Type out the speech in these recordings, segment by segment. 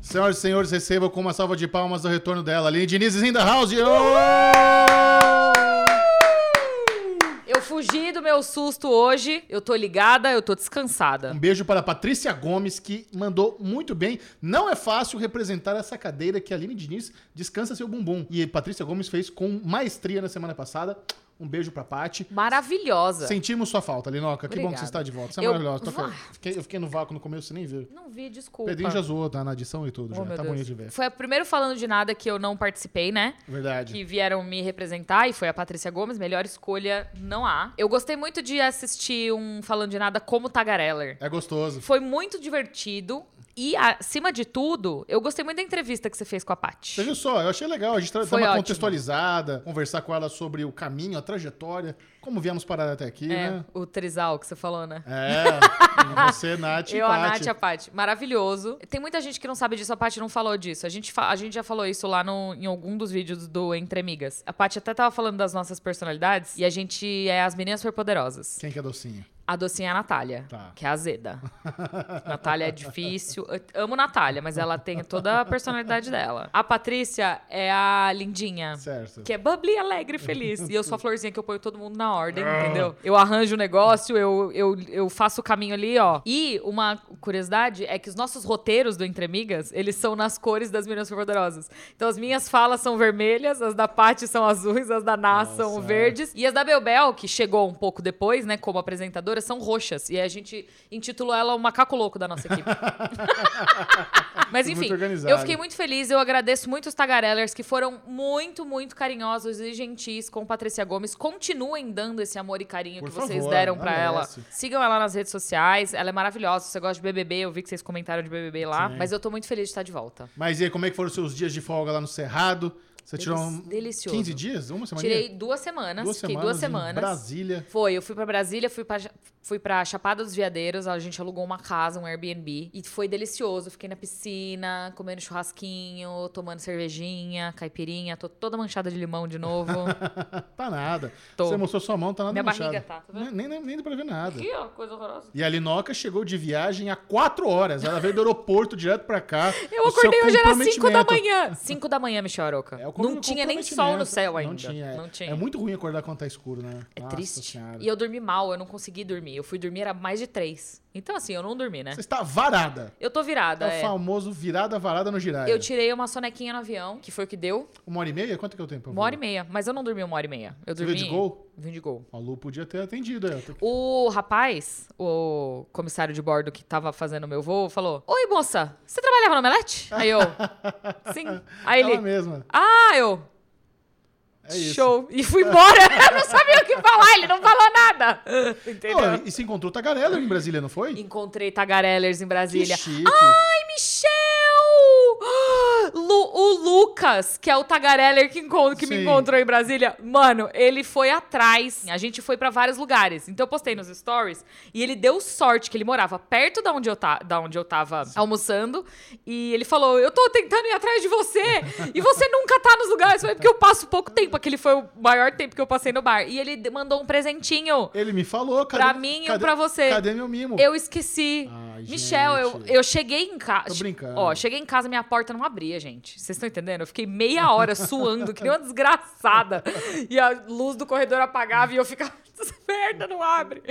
Senhoras e senhores, recebam com uma salva de palmas o retorno dela. Aline Diniz in the house! Oh! Eu fugi do meu susto hoje, eu tô ligada, eu tô descansada. Um beijo para a Patrícia Gomes, que mandou muito bem. Não é fácil representar essa cadeira que a Aline Diniz descansa seu bumbum. E Patrícia Gomes fez com maestria na semana passada. Um beijo pra Pati. Maravilhosa. Sentimos sua falta, Linoca. Que bom que é. Obrigada. você está de volta. Você é Eu- maravilhosa. Toca- Vá. Fiquei- eu fiquei no vácuo no começo, você nem viu. Não vi, desculpa. Pedrinho já zoou, tá na edição e tudo. Oh, já. meu Tá Deus. bonito de ver. Foi o primeiro falando de nada que eu não participei, né? Verdade. Que vieram me representar e foi a Patrícia Gomes, melhor escolha não há. Eu gostei muito de assistir um falando de nada como Tagareller. É gostoso. Foi muito divertido e acima de tudo, eu gostei muito da entrevista que você fez com a Paty. Veja só, eu achei legal a gente tra- dar Foi uma ótimo. contextualizada, conversar com ela sobre o caminho, a trajetória, como viemos parar até aqui, É, né? o Trisal que você falou, né? É, você, Nath e Eu, a Nath Paty. e a Paty. Maravilhoso. Tem muita gente que não sabe disso, a Paty não falou disso. A gente, fa- a gente já falou isso lá no, em algum dos vídeos do Entre Amigas. A Paty até tava falando das nossas personalidades e a gente é as meninas superpoderosas. Quem que é docinho? A docinha é a Natália, Tá. que é azeda. Natália é difícil. Eu amo Natália, mas ela tem toda a personalidade dela. A Patrícia é a lindinha. Certo. Que é bubbly, alegre, feliz. E eu sou a florzinha que eu ponho todo mundo na ordem, entendeu? Eu arranjo o negócio, eu, eu, eu faço o caminho ali, ó. E uma curiosidade é que os nossos roteiros do Entre Amigas, eles são nas cores das meninas poderosas. Então as minhas falas são vermelhas, as da Paty são azuis, as da Ná são Nossa. verdes. E as da Belbel, que chegou um pouco depois, né, como apresentadora, são roxas. E a gente intitulou ela o macaco louco da nossa equipe. Mas Muito enfim, organizado. eu fiquei muito feliz. Eu agradeço muito os tagarellers que foram muito, muito carinhosos e gentis com Patrícia Gomes. Continuem dando esse amor e carinho Por que vocês favor, deram pra ela. merece. Sigam ela nas redes sociais. Ela é maravilhosa. Se você gosta de BBB, eu vi que vocês comentaram de BBB lá. Mas eu tô muito feliz de estar de volta. Mas e aí, como é que foram os seus dias de folga lá no Cerrado? Você tirou um... Delicioso. 15 dias? Uma semana? Tirei duas semanas. duas fiquei semanas duas em semanas. Brasília. Foi, eu fui pra Brasília, fui pra, fui pra Chapada dos Veadeiros, a gente alugou uma casa, um Airbnb, e foi delicioso. Fiquei na piscina, comendo churrasquinho, tomando cervejinha, caipirinha, tô toda manchada de limão de novo. tá nada. Tô. Você mostrou sua mão, tá nada Minha manchada. barriga tá, tá vendo? Nem, nem, nem dá pra ver nada. Aqui, ó, coisa horrorosa. E a Linoca chegou de viagem há quatro horas. Ela veio do aeroporto direto pra cá. Eu O seu acordei hoje, era 5 da comprometimento. manhã. 5 da manhã, Michel Aroca. É o não tinha nem sol no céu ainda. Não tinha. Não tinha. É muito ruim acordar quando tá escuro, né? É Nossa triste. Senhora. E eu dormi mal, eu não consegui dormir. Eu fui dormir, era mais de três. Então, assim, eu não dormi, né? Você está varada. Eu tô virada. É o é. famoso virada varada no girar. Eu tirei uma sonequinha no avião, que foi o que deu. Uma hora e meia? Quanto que eu tenho pra Uma hora e meia. Mas eu não dormi uma hora e meia. Eu Você dormi. veio de gol? Vim de gol. meia. A Lu podia ter atendido ela. O rapaz, o comissário de bordo que tava fazendo meu voo, falou: Oi, moça, você trabalhava no Omelete? Aí eu. Sim. Aí Ela ele. mesma. Ah, eu. É isso. Show. E fui embora. eu não sabia o que falar, ele não falou nada. Entendeu? Pô, e se encontrou Tagarela em Brasília, não foi? Encontrei tagarellers em Brasília. Ah! Que chique. Ai, Michel! Lu- o Lucas, que é o tagareller que, encon- que me Sim. encontrou em Brasília, mano, ele foi atrás. A gente foi pra vários lugares. Então eu postei nos stories e ele deu sorte que ele morava perto da onde eu, ta da onde eu tava almoçando. E ele falou: Eu tô tentando ir atrás de você e você nunca tá nos lugares. Eu falei, porque eu passo pouco tempo. Aquele foi o maior tempo que eu passei no bar. E ele de- mandou um presentinho. Ele me falou, cadê... Pra mim e um cadê- pra você. Cadê meu mimo? Eu esqueci. Ai, Michel, eu, gente. eu cheguei em casa. Tô brincando. Ó, cheguei em casa, minha porta não abria, gente. Vocês estão entendendo? Eu fiquei meia hora suando, que nem uma desgraçada. E a luz do corredor apagava e eu ficava. "Essa Merda, não abre.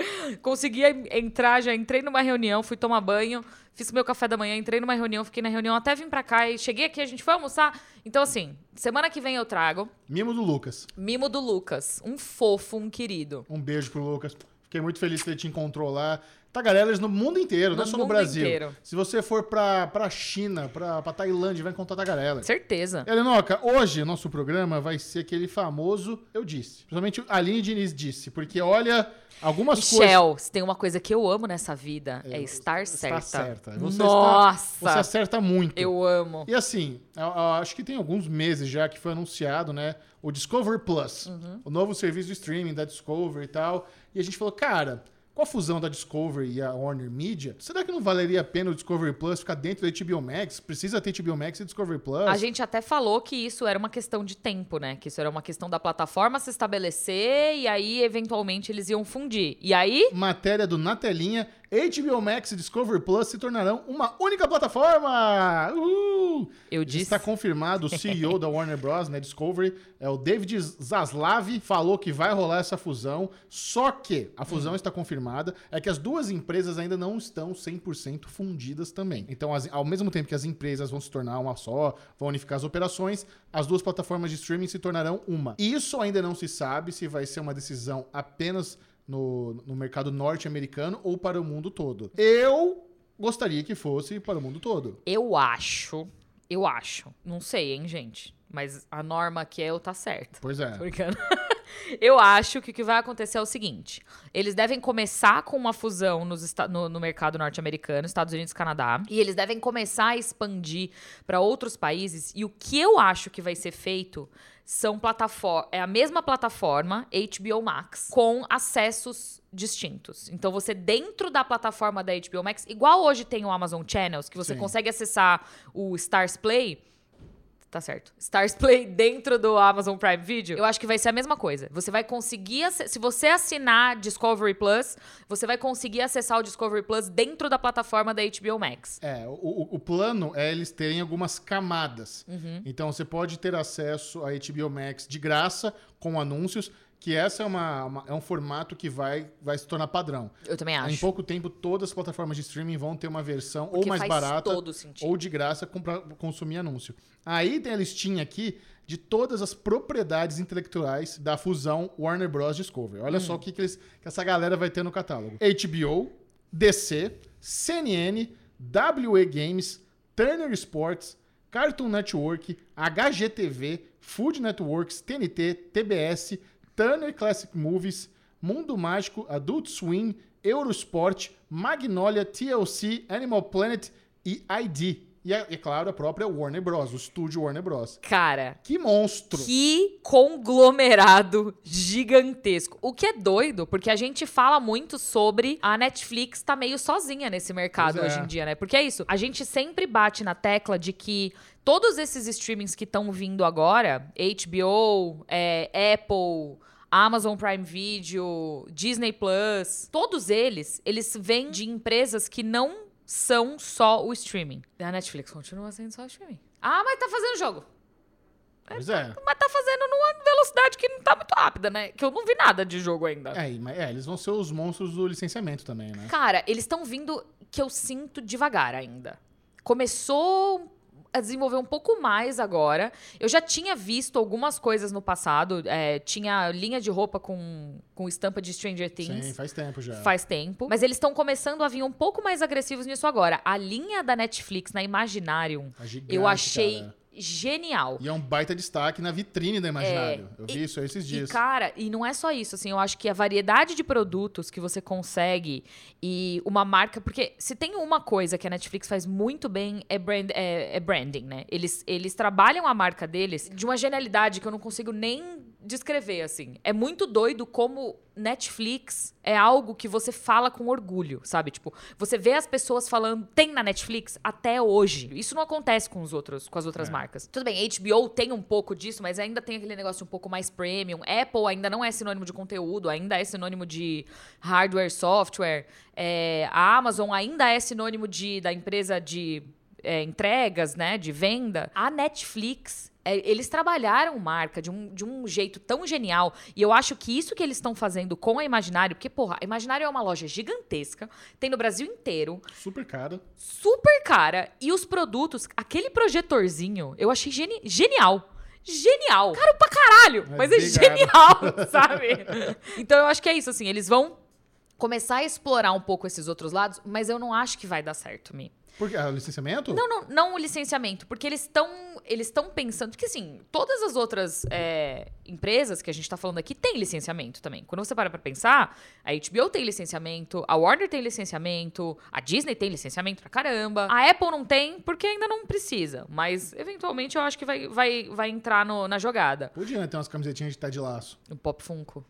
Consegui en- entrar, já entrei numa reunião, fui tomar banho, fiz meu café da manhã, entrei numa reunião, fiquei na reunião até vim pra cá e cheguei aqui, a gente foi almoçar. Então, assim, semana que vem eu trago Mimo do Lucas. Mimo do Lucas. Um fofo, um querido. Um beijo pro Lucas. Fiquei muito feliz que ele te encontrou lá. Tagarelas no mundo inteiro, não No é só no mundo Brasil. inteiro. Se você for pra, pra China, pra, pra Tailândia, vai encontrar Tagarelas. Certeza. Helenoca, hoje o nosso programa vai ser aquele famoso Eu Disse. Principalmente a Aline Diniz disse, porque olha, algumas coisas. Michel, se tem uma coisa que eu amo nessa vida é, estar certa. Está certa. Você está- Nossa, você acerta muito. eu amo. E assim, a- a- acho que tem alguns meses já que foi anunciado, né? O Discover Plus, Uhum. o novo serviço de streaming da Discover e tal. E a gente falou, cara, com a fusão da Discover e a Warner Media, será que não valeria a pena o Discover Plus ficar dentro da HBO Max? Precisa ter HBO Max e Discover Plus? A gente até falou que isso era uma questão de tempo, né? Que isso era uma questão da plataforma se estabelecer e aí eventualmente eles iam fundir. E aí Matéria do Na Telinha, HBO Max e Discovery Plus se tornarão uma única plataforma! Uhul! Eu disse. Está confirmado, o CEO da Warner Bros., né, Discovery, é o David Zaslav, falou que vai rolar essa fusão, só que a fusão está confirmada, é que as duas empresas ainda não estão 100% fundidas também. Então, as- ao mesmo tempo que as empresas vão se tornar uma só, vão unificar as operações, as duas plataformas de streaming se tornarão uma. Isso ainda não se sabe se vai ser uma decisão apenas no, no mercado norte-americano ou para o mundo todo. Eu gostaria que fosse para o mundo todo. Eu acho, eu acho. Não sei, hein, gente. Mas a norma que é eu tá certa. Pois é. Tô brincando. Eu acho que o que vai acontecer é o seguinte: eles devem começar com uma fusão nos esta- no, no mercado norte-americano, Estados Unidos e Canadá, e eles devem começar a expandir para outros países. E o que eu acho que vai ser feito são plataformas. É a mesma plataforma, HBO Max, com acessos distintos. Então você dentro da plataforma da HBO Max, igual hoje tem o Amazon Channels, que você Sim. consegue acessar o Stars Play, Tá certo. Stars Play dentro do Amazon Prime Video, eu acho que vai ser a mesma coisa. Você vai conseguir. acess- Se você assinar Discovery Plus, você vai conseguir acessar o Discovery Plus dentro da plataforma da HBO Max. É, o- o, o plano é eles terem algumas camadas. Uhum. Então você pode ter acesso a HBO Max de graça, com anúncios, que essa é, uma, uma- é um formato que vai, vai se tornar padrão. Eu também Em acho. pouco tempo, todas as plataformas de streaming vão ter uma versão ou Porque mais faz barata todo sentido. ou de graça com- pra consumir anúncio. Aí tem a listinha aqui de todas as propriedades intelectuais da fusão Warner Bros. Discovery. Olha só o que, que eles- que essa galera vai ter no catálogo: HBO, DC, CNN, WE Games, Turner Sports, Cartoon Network, HGTV, Food Networks, TNT, TBS, Turner Classic Movies, Mundo Mágico, Adult Swim, Eurosport, Magnolia, TLC, Animal Planet e ID. E, é, é claro, a própria Warner Bros., o estúdio Warner Bros. Cara, Que monstro! Que conglomerado gigantesco. O que é doido, porque a gente fala muito sobre a Netflix tá meio sozinha nesse mercado Pois é. hoje em dia, né? Porque é isso. A gente sempre bate na tecla de que todos esses streamings que estão vindo agora, HBO, é, Apple, Amazon Prime Video, Disney Plus, todos eles, eles vêm de empresas que não são só o streaming. A Netflix continua sendo só o streaming. Ah, mas tá fazendo jogo. Pois é. Mas tá fazendo numa velocidade que não tá muito rápida, né? Que eu não vi nada de jogo ainda. É, e- mas- é, eles vão ser os monstros do licenciamento também, né? Cara, eles estão vindo que eu sinto devagar ainda. Começou a desenvolver um pouco mais agora. Eu já tinha visto algumas coisas no passado. é, tinha linha de roupa com, com estampa de Stranger Things. Sim, faz tempo já. Faz tempo. Mas eles estão começando a vir um pouco mais agressivos nisso agora. A linha da Netflix na Imaginarium, Tá gigante, eu achei cara. genial. E é um baita destaque na vitrine da Imaginário. eu vi isso esses É, E, dias. cara, e não é só isso, assim, eu acho que a variedade de produtos que você consegue e uma marca. Porque se tem uma coisa que a Netflix faz muito bem é, brand, é, é branding, né? Eles, eles trabalham a marca deles de uma genialidade que eu não consigo nem descrever, assim. É muito doido como Netflix é algo que você fala com orgulho, sabe? Tipo, você vê as pessoas falando, tem na Netflix até hoje. Isso não acontece com os outros, com as outras É. marcas. Tudo bem, HBO tem um pouco disso, mas ainda tem aquele negócio um pouco mais premium. Apple ainda não é sinônimo de conteúdo, ainda é sinônimo de hardware, software. É, a Amazon ainda é sinônimo de da empresa de é, entregas, né, de venda. A Netflix, é, eles trabalharam marca de um, de um jeito tão genial. E eu acho que isso que eles estão fazendo com a Imaginário, porque, porra, a Imaginário é uma loja gigantesca, tem no Brasil inteiro, Super caro. super cara. E os produtos, aquele projetorzinho, eu achei geni- genial. Genial! Caro pra caralho! Mas Mas é obrigado. genial, sabe? Então eu acho que é isso, assim, eles vão começar a explorar um pouco esses outros lados, mas eu não acho que vai dar certo, Mi. Porque, ah, licenciamento? Não, não, não o licenciamento, porque eles estão eles estão pensando porque assim todas as outras é, empresas que a gente está falando aqui têm licenciamento também. Quando você para para pensar, a HBO tem licenciamento, a Warner tem licenciamento, a Disney tem licenciamento pra caramba, a Apple não tem porque ainda não precisa, mas eventualmente eu acho que vai vai, vai entrar no- na jogada. Podia né, ter umas camisetinhas de tá de laço. O Pop Funko.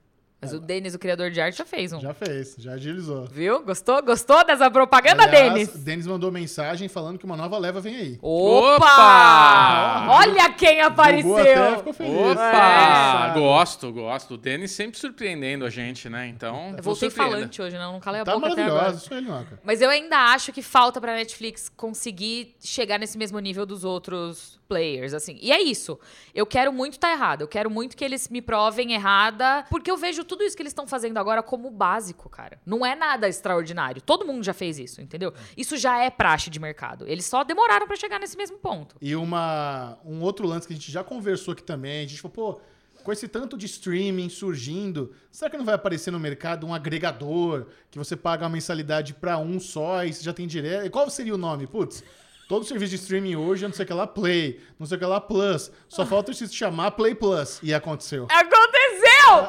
Mas o Denis, o criador de arte, já fez um. Já fez, já agilizou. Viu? Gostou? Gostou dessa propaganda, Denis? Denis mandou mensagem falando que uma nova leva vem aí. Opa! Opa! Olha quem Gugu até ficou apareceu! feliz. Opa! É. Gosto, gosto. O Denis sempre surpreendendo a gente, né? Então, Eu vou voltei surpreender. falante hoje, não, não calei a Tá boca até agora. maravilhosa, isso aí, Noca. Mas eu ainda acho que falta pra Netflix conseguir chegar nesse mesmo nível dos outros players, assim. E é isso. Eu quero muito estar tá errada. Eu quero muito que eles me provem errada. Porque eu vejo tudo isso que eles estão fazendo agora como básico, cara. Não é nada extraordinário. Todo mundo já fez isso, entendeu? Isso já é praxe de mercado. Eles só demoraram pra chegar nesse mesmo ponto. E uma, um outro lance que a gente já conversou aqui também, a gente falou, pô, com esse tanto de streaming surgindo, será que não vai aparecer no mercado um agregador que você paga uma mensalidade pra um só e você já tem direto? E qual seria o nome? Putz, todo serviço de streaming hoje é não sei o que lá Play, não sei o que lá Plus. Ah. Só falta se chamar Play Plus. E aconteceu. Aconteceu!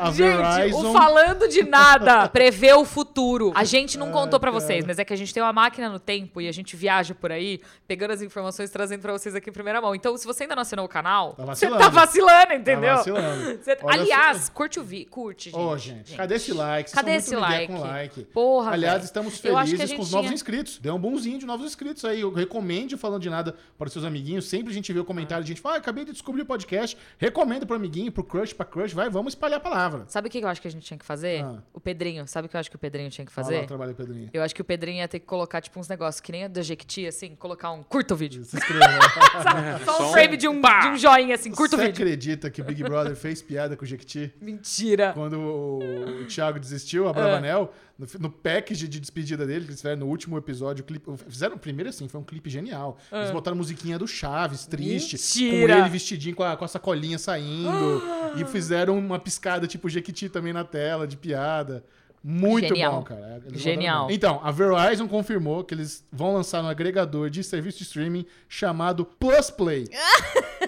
A gente, Verizon- o falando de nada prevê o futuro. A gente não contou pra cara. vocês, mas é que a gente tem uma máquina no tempo e a gente viaja por aí, pegando as informações e trazendo pra vocês aqui em primeira mão. Então, se você ainda não assinou o canal, Tá você vacilando. tá vacilando, entendeu? vacilando. Você- Olha Aliás, curte o vídeo. Curte, gente. Ô, gente, cadê esse like? Vocês Cadê são esse muito migué like? com like. Porra, Aliás, velho. estamos Eu acho que a felizes com os gente novos tinha- inscritos. Deu um bonzinho de novos inscritos aí. Eu recomendo o falando de nada para os seus amiguinhos. Sempre a gente vê o comentário, a gente fala, ah, acabei de descobrir o podcast. Recomendo pro amiguinho, pro crush, pra crush. Vai, vamos espalhar a palavra. Sabe o que eu acho que a gente tinha que fazer? Ah. O Pedrinho. Sabe o que eu acho que o Pedrinho tinha que Olha lá fazer? o trabalho do Pedrinho. eu acho que o Pedrinho ia ter que colocar, tipo, uns negócios que nem a da Jequiti, assim, colocar um curta o vídeo. Se inscreva. Sabe? Só Só um um frame de um, pá. de um joinha, assim, curta o Você vídeo. acredita que o Big Brother fez piada com o Jequiti? Mentira. Quando o o Thiago desistiu, a Bravanel, no, fi- no package de despedida dele, que eles fizeram no último episódio, o clipe, fizeram o primeiro assim, foi um clipe genial. Eles botaram musiquinha do Chaves, triste, Mentira! com ele vestidinho com a, com a sacolinha saindo. E fizeram uma piscada tipo Jequiti também na tela, de piada. Muito Genial. bom, cara. Eles mandaram Genial. bem. Então, a Verizon confirmou que eles vão lançar um agregador de serviço de streaming chamado Plus Play.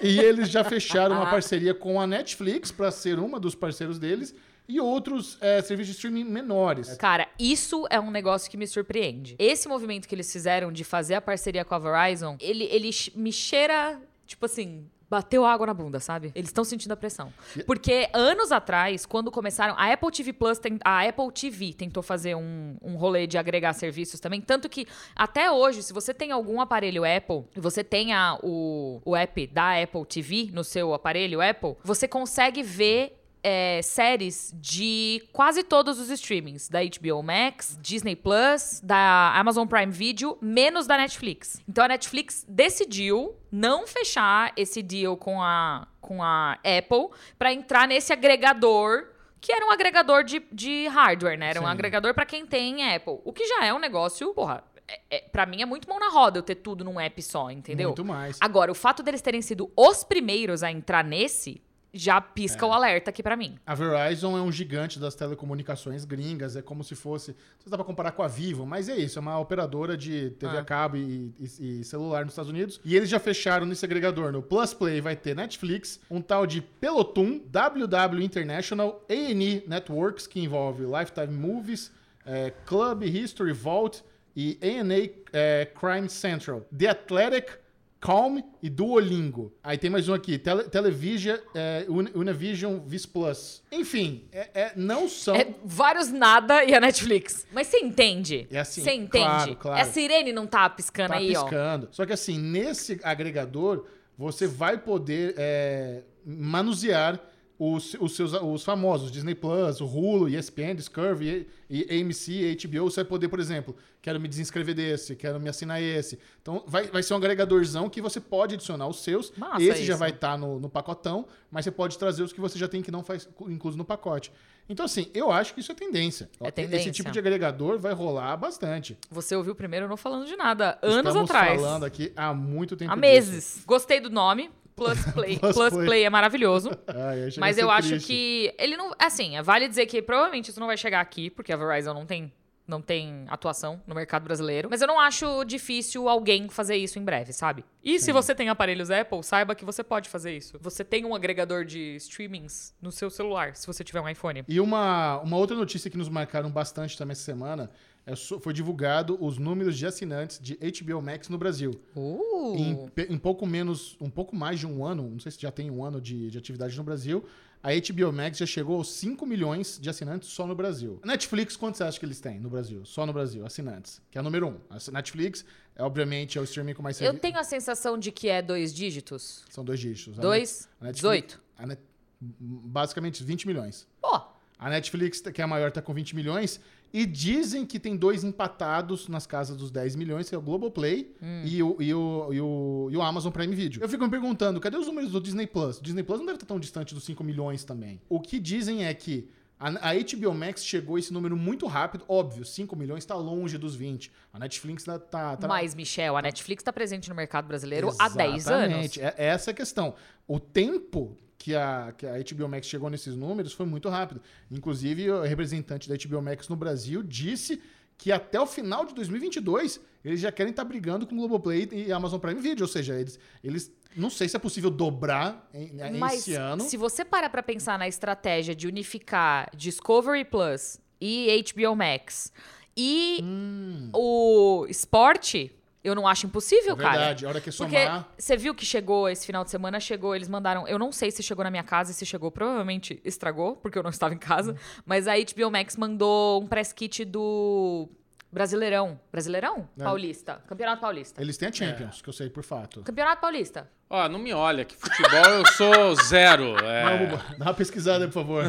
E eles já fecharam uma parceria com a Netflix para ser uma dos parceiros deles e outros é, serviços de streaming menores. Cara, isso é um negócio que me surpreende. Esse movimento que eles fizeram de fazer a parceria com a Verizon, ele, ele ch- me cheira, tipo assim. Bateu água na bunda, sabe? Eles estão sentindo a pressão. Porque anos atrás, quando começaram, a Apple TV Plus, ten- a Apple TV tentou fazer um, um rolê de agregar serviços também. Tanto que até hoje, se você tem algum aparelho Apple e você tem a- o, o app da Apple TV no seu aparelho Apple, você consegue ver é, séries de quase todos os streamings. Da HBO Max, Disney Plus, da Amazon Prime Video, menos da Netflix. Então a Netflix decidiu não fechar esse deal com a, com a Apple pra entrar nesse agregador. Que era um agregador de, de hardware, né? Era um Sim. agregador pra quem tem Apple. O que já é um negócio, porra, é, é, pra mim é muito mão na roda eu ter tudo num app só, entendeu? Muito mais. Agora, o fato deles terem sido os primeiros a entrar nesse já pisca É. o alerta aqui pra mim. A Verizon é um gigante das telecomunicações gringas, é como se fosse. Não dá pra comparar com a Vivo, mas é isso, é uma operadora de TV Ah. a cabo e, e- e celular nos Estados Unidos. E eles já fecharam nesse agregador. No Plus Play vai ter Netflix, um tal de Peloton, WW International, A&E Networks, que envolve Lifetime Movies, eh, Club History Vault e A&E eh, Crime Central. The Athletic, Calm e Duolingo. Aí tem mais um aqui, Tele, Television, é, Uni- Univision Vis Plus. Enfim, é, é- não são... É vários nada e a Netflix. Mas você entende? É assim, Você entende? claro, claro. A sirene não tá piscando tá aí, ó. piscando. Só que assim, nesse agregador, você vai poder é, manusear os, os seus os famosos, Disney Plus, o Hulu, ESPN, Discovery, e, e AMC, HBO, você vai poder, por exemplo, quero me desinscrever desse, quero me assinar esse. Então vai, vai ser um agregadorzão que você pode adicionar os seus. Massa esse já isso. vai estar no, no pacotão, mas você pode trazer os que você já tem que não faz cu- incluso no pacote. Então assim, eu acho que isso é tendência. É Esse tendência. tipo de agregador vai rolar bastante. Você ouviu primeiro não falando de nada. Anos Estamos atrás. falando aqui há muito tempo. há disso. meses. Gostei do nome. Plus Play. Plus Plus, Play. play. é maravilhoso. Ai, chega a Mas ser eu acho triste. que ele não. Assim, vale dizer que provavelmente isso não vai chegar aqui, porque a Verizon não tem. Não tem atuação no mercado brasileiro. Mas eu não acho difícil alguém fazer isso em breve, sabe? E se você tem aparelhos Apple, saiba que você pode fazer isso. Você tem um agregador de streamings no seu celular, se você tiver um iPhone. E uma, uma outra notícia que nos marcaram bastante também essa semana é, so- foi divulgado os números de assinantes de HBO Max no Brasil. Uh! Em, pe- em pouco menos, um pouco mais de um ano, não sei se já tem um ano de, de atividade no Brasil, A HBO Max já chegou aos 5 milhões de assinantes só no Brasil. A Netflix, quantos você acha que eles têm no Brasil? Só no Brasil, assinantes. Que é o número um. A Netflix, é, obviamente, é o streaming com mais... Eu servi- tenho a sensação de que é dois dígitos. São dois dígitos. né? A Dois, Net- a Netflix- 18. a Net- Basicamente, 20 milhões. Pô, A Netflix, que é a maior, tá com 20 milhões. E dizem que tem dois empatados nas casas dos 10 milhões, que é o Globoplay e, o, e, o, e, o, e o Amazon Prime Video. Eu fico me perguntando, cadê os números do Disney Plus? O Disney Plus não deve estar tão distante dos 5 milhões também. O que dizem é que a, a HBO Max chegou a esse número muito rápido. Óbvio, 5 milhões está longe dos 20. A Netflix tá... tá, tá mas, Michel, a Netflix tá presente no mercado brasileiro há 10 anos. Exatamente. É, essa é a questão. O tempo que a, que a HBO Max chegou nesses números foi muito rápido. Inclusive, o representante da HBO Max no Brasil disse que até o final de 2022 eles já querem estar brigando com o Globoplay e Amazon Prime Video. Ou seja, eles, eles não sei se é possível dobrar em- em- Mas É, esse ano. se você parar pra pensar na estratégia de unificar Discovery Plus e HBO Max e Hum, o esporte, eu não acho é impossível, cara. verdade. é A hora que Porque somar... você viu que chegou esse final de semana, chegou, eles mandaram. Eu não sei se chegou na minha casa, se chegou, provavelmente estragou, porque eu não estava em casa. Hum. Mas a HBO Max mandou um press kit do Brasileirão. Brasileirão? É. Paulista. Campeonato Paulista. Eles têm a Champions, que eu sei por fato. Campeonato Paulista. Ó, não me olha, que futebol eu sou zero. Mas, É... Buba, Dá uma pesquisada, por favor.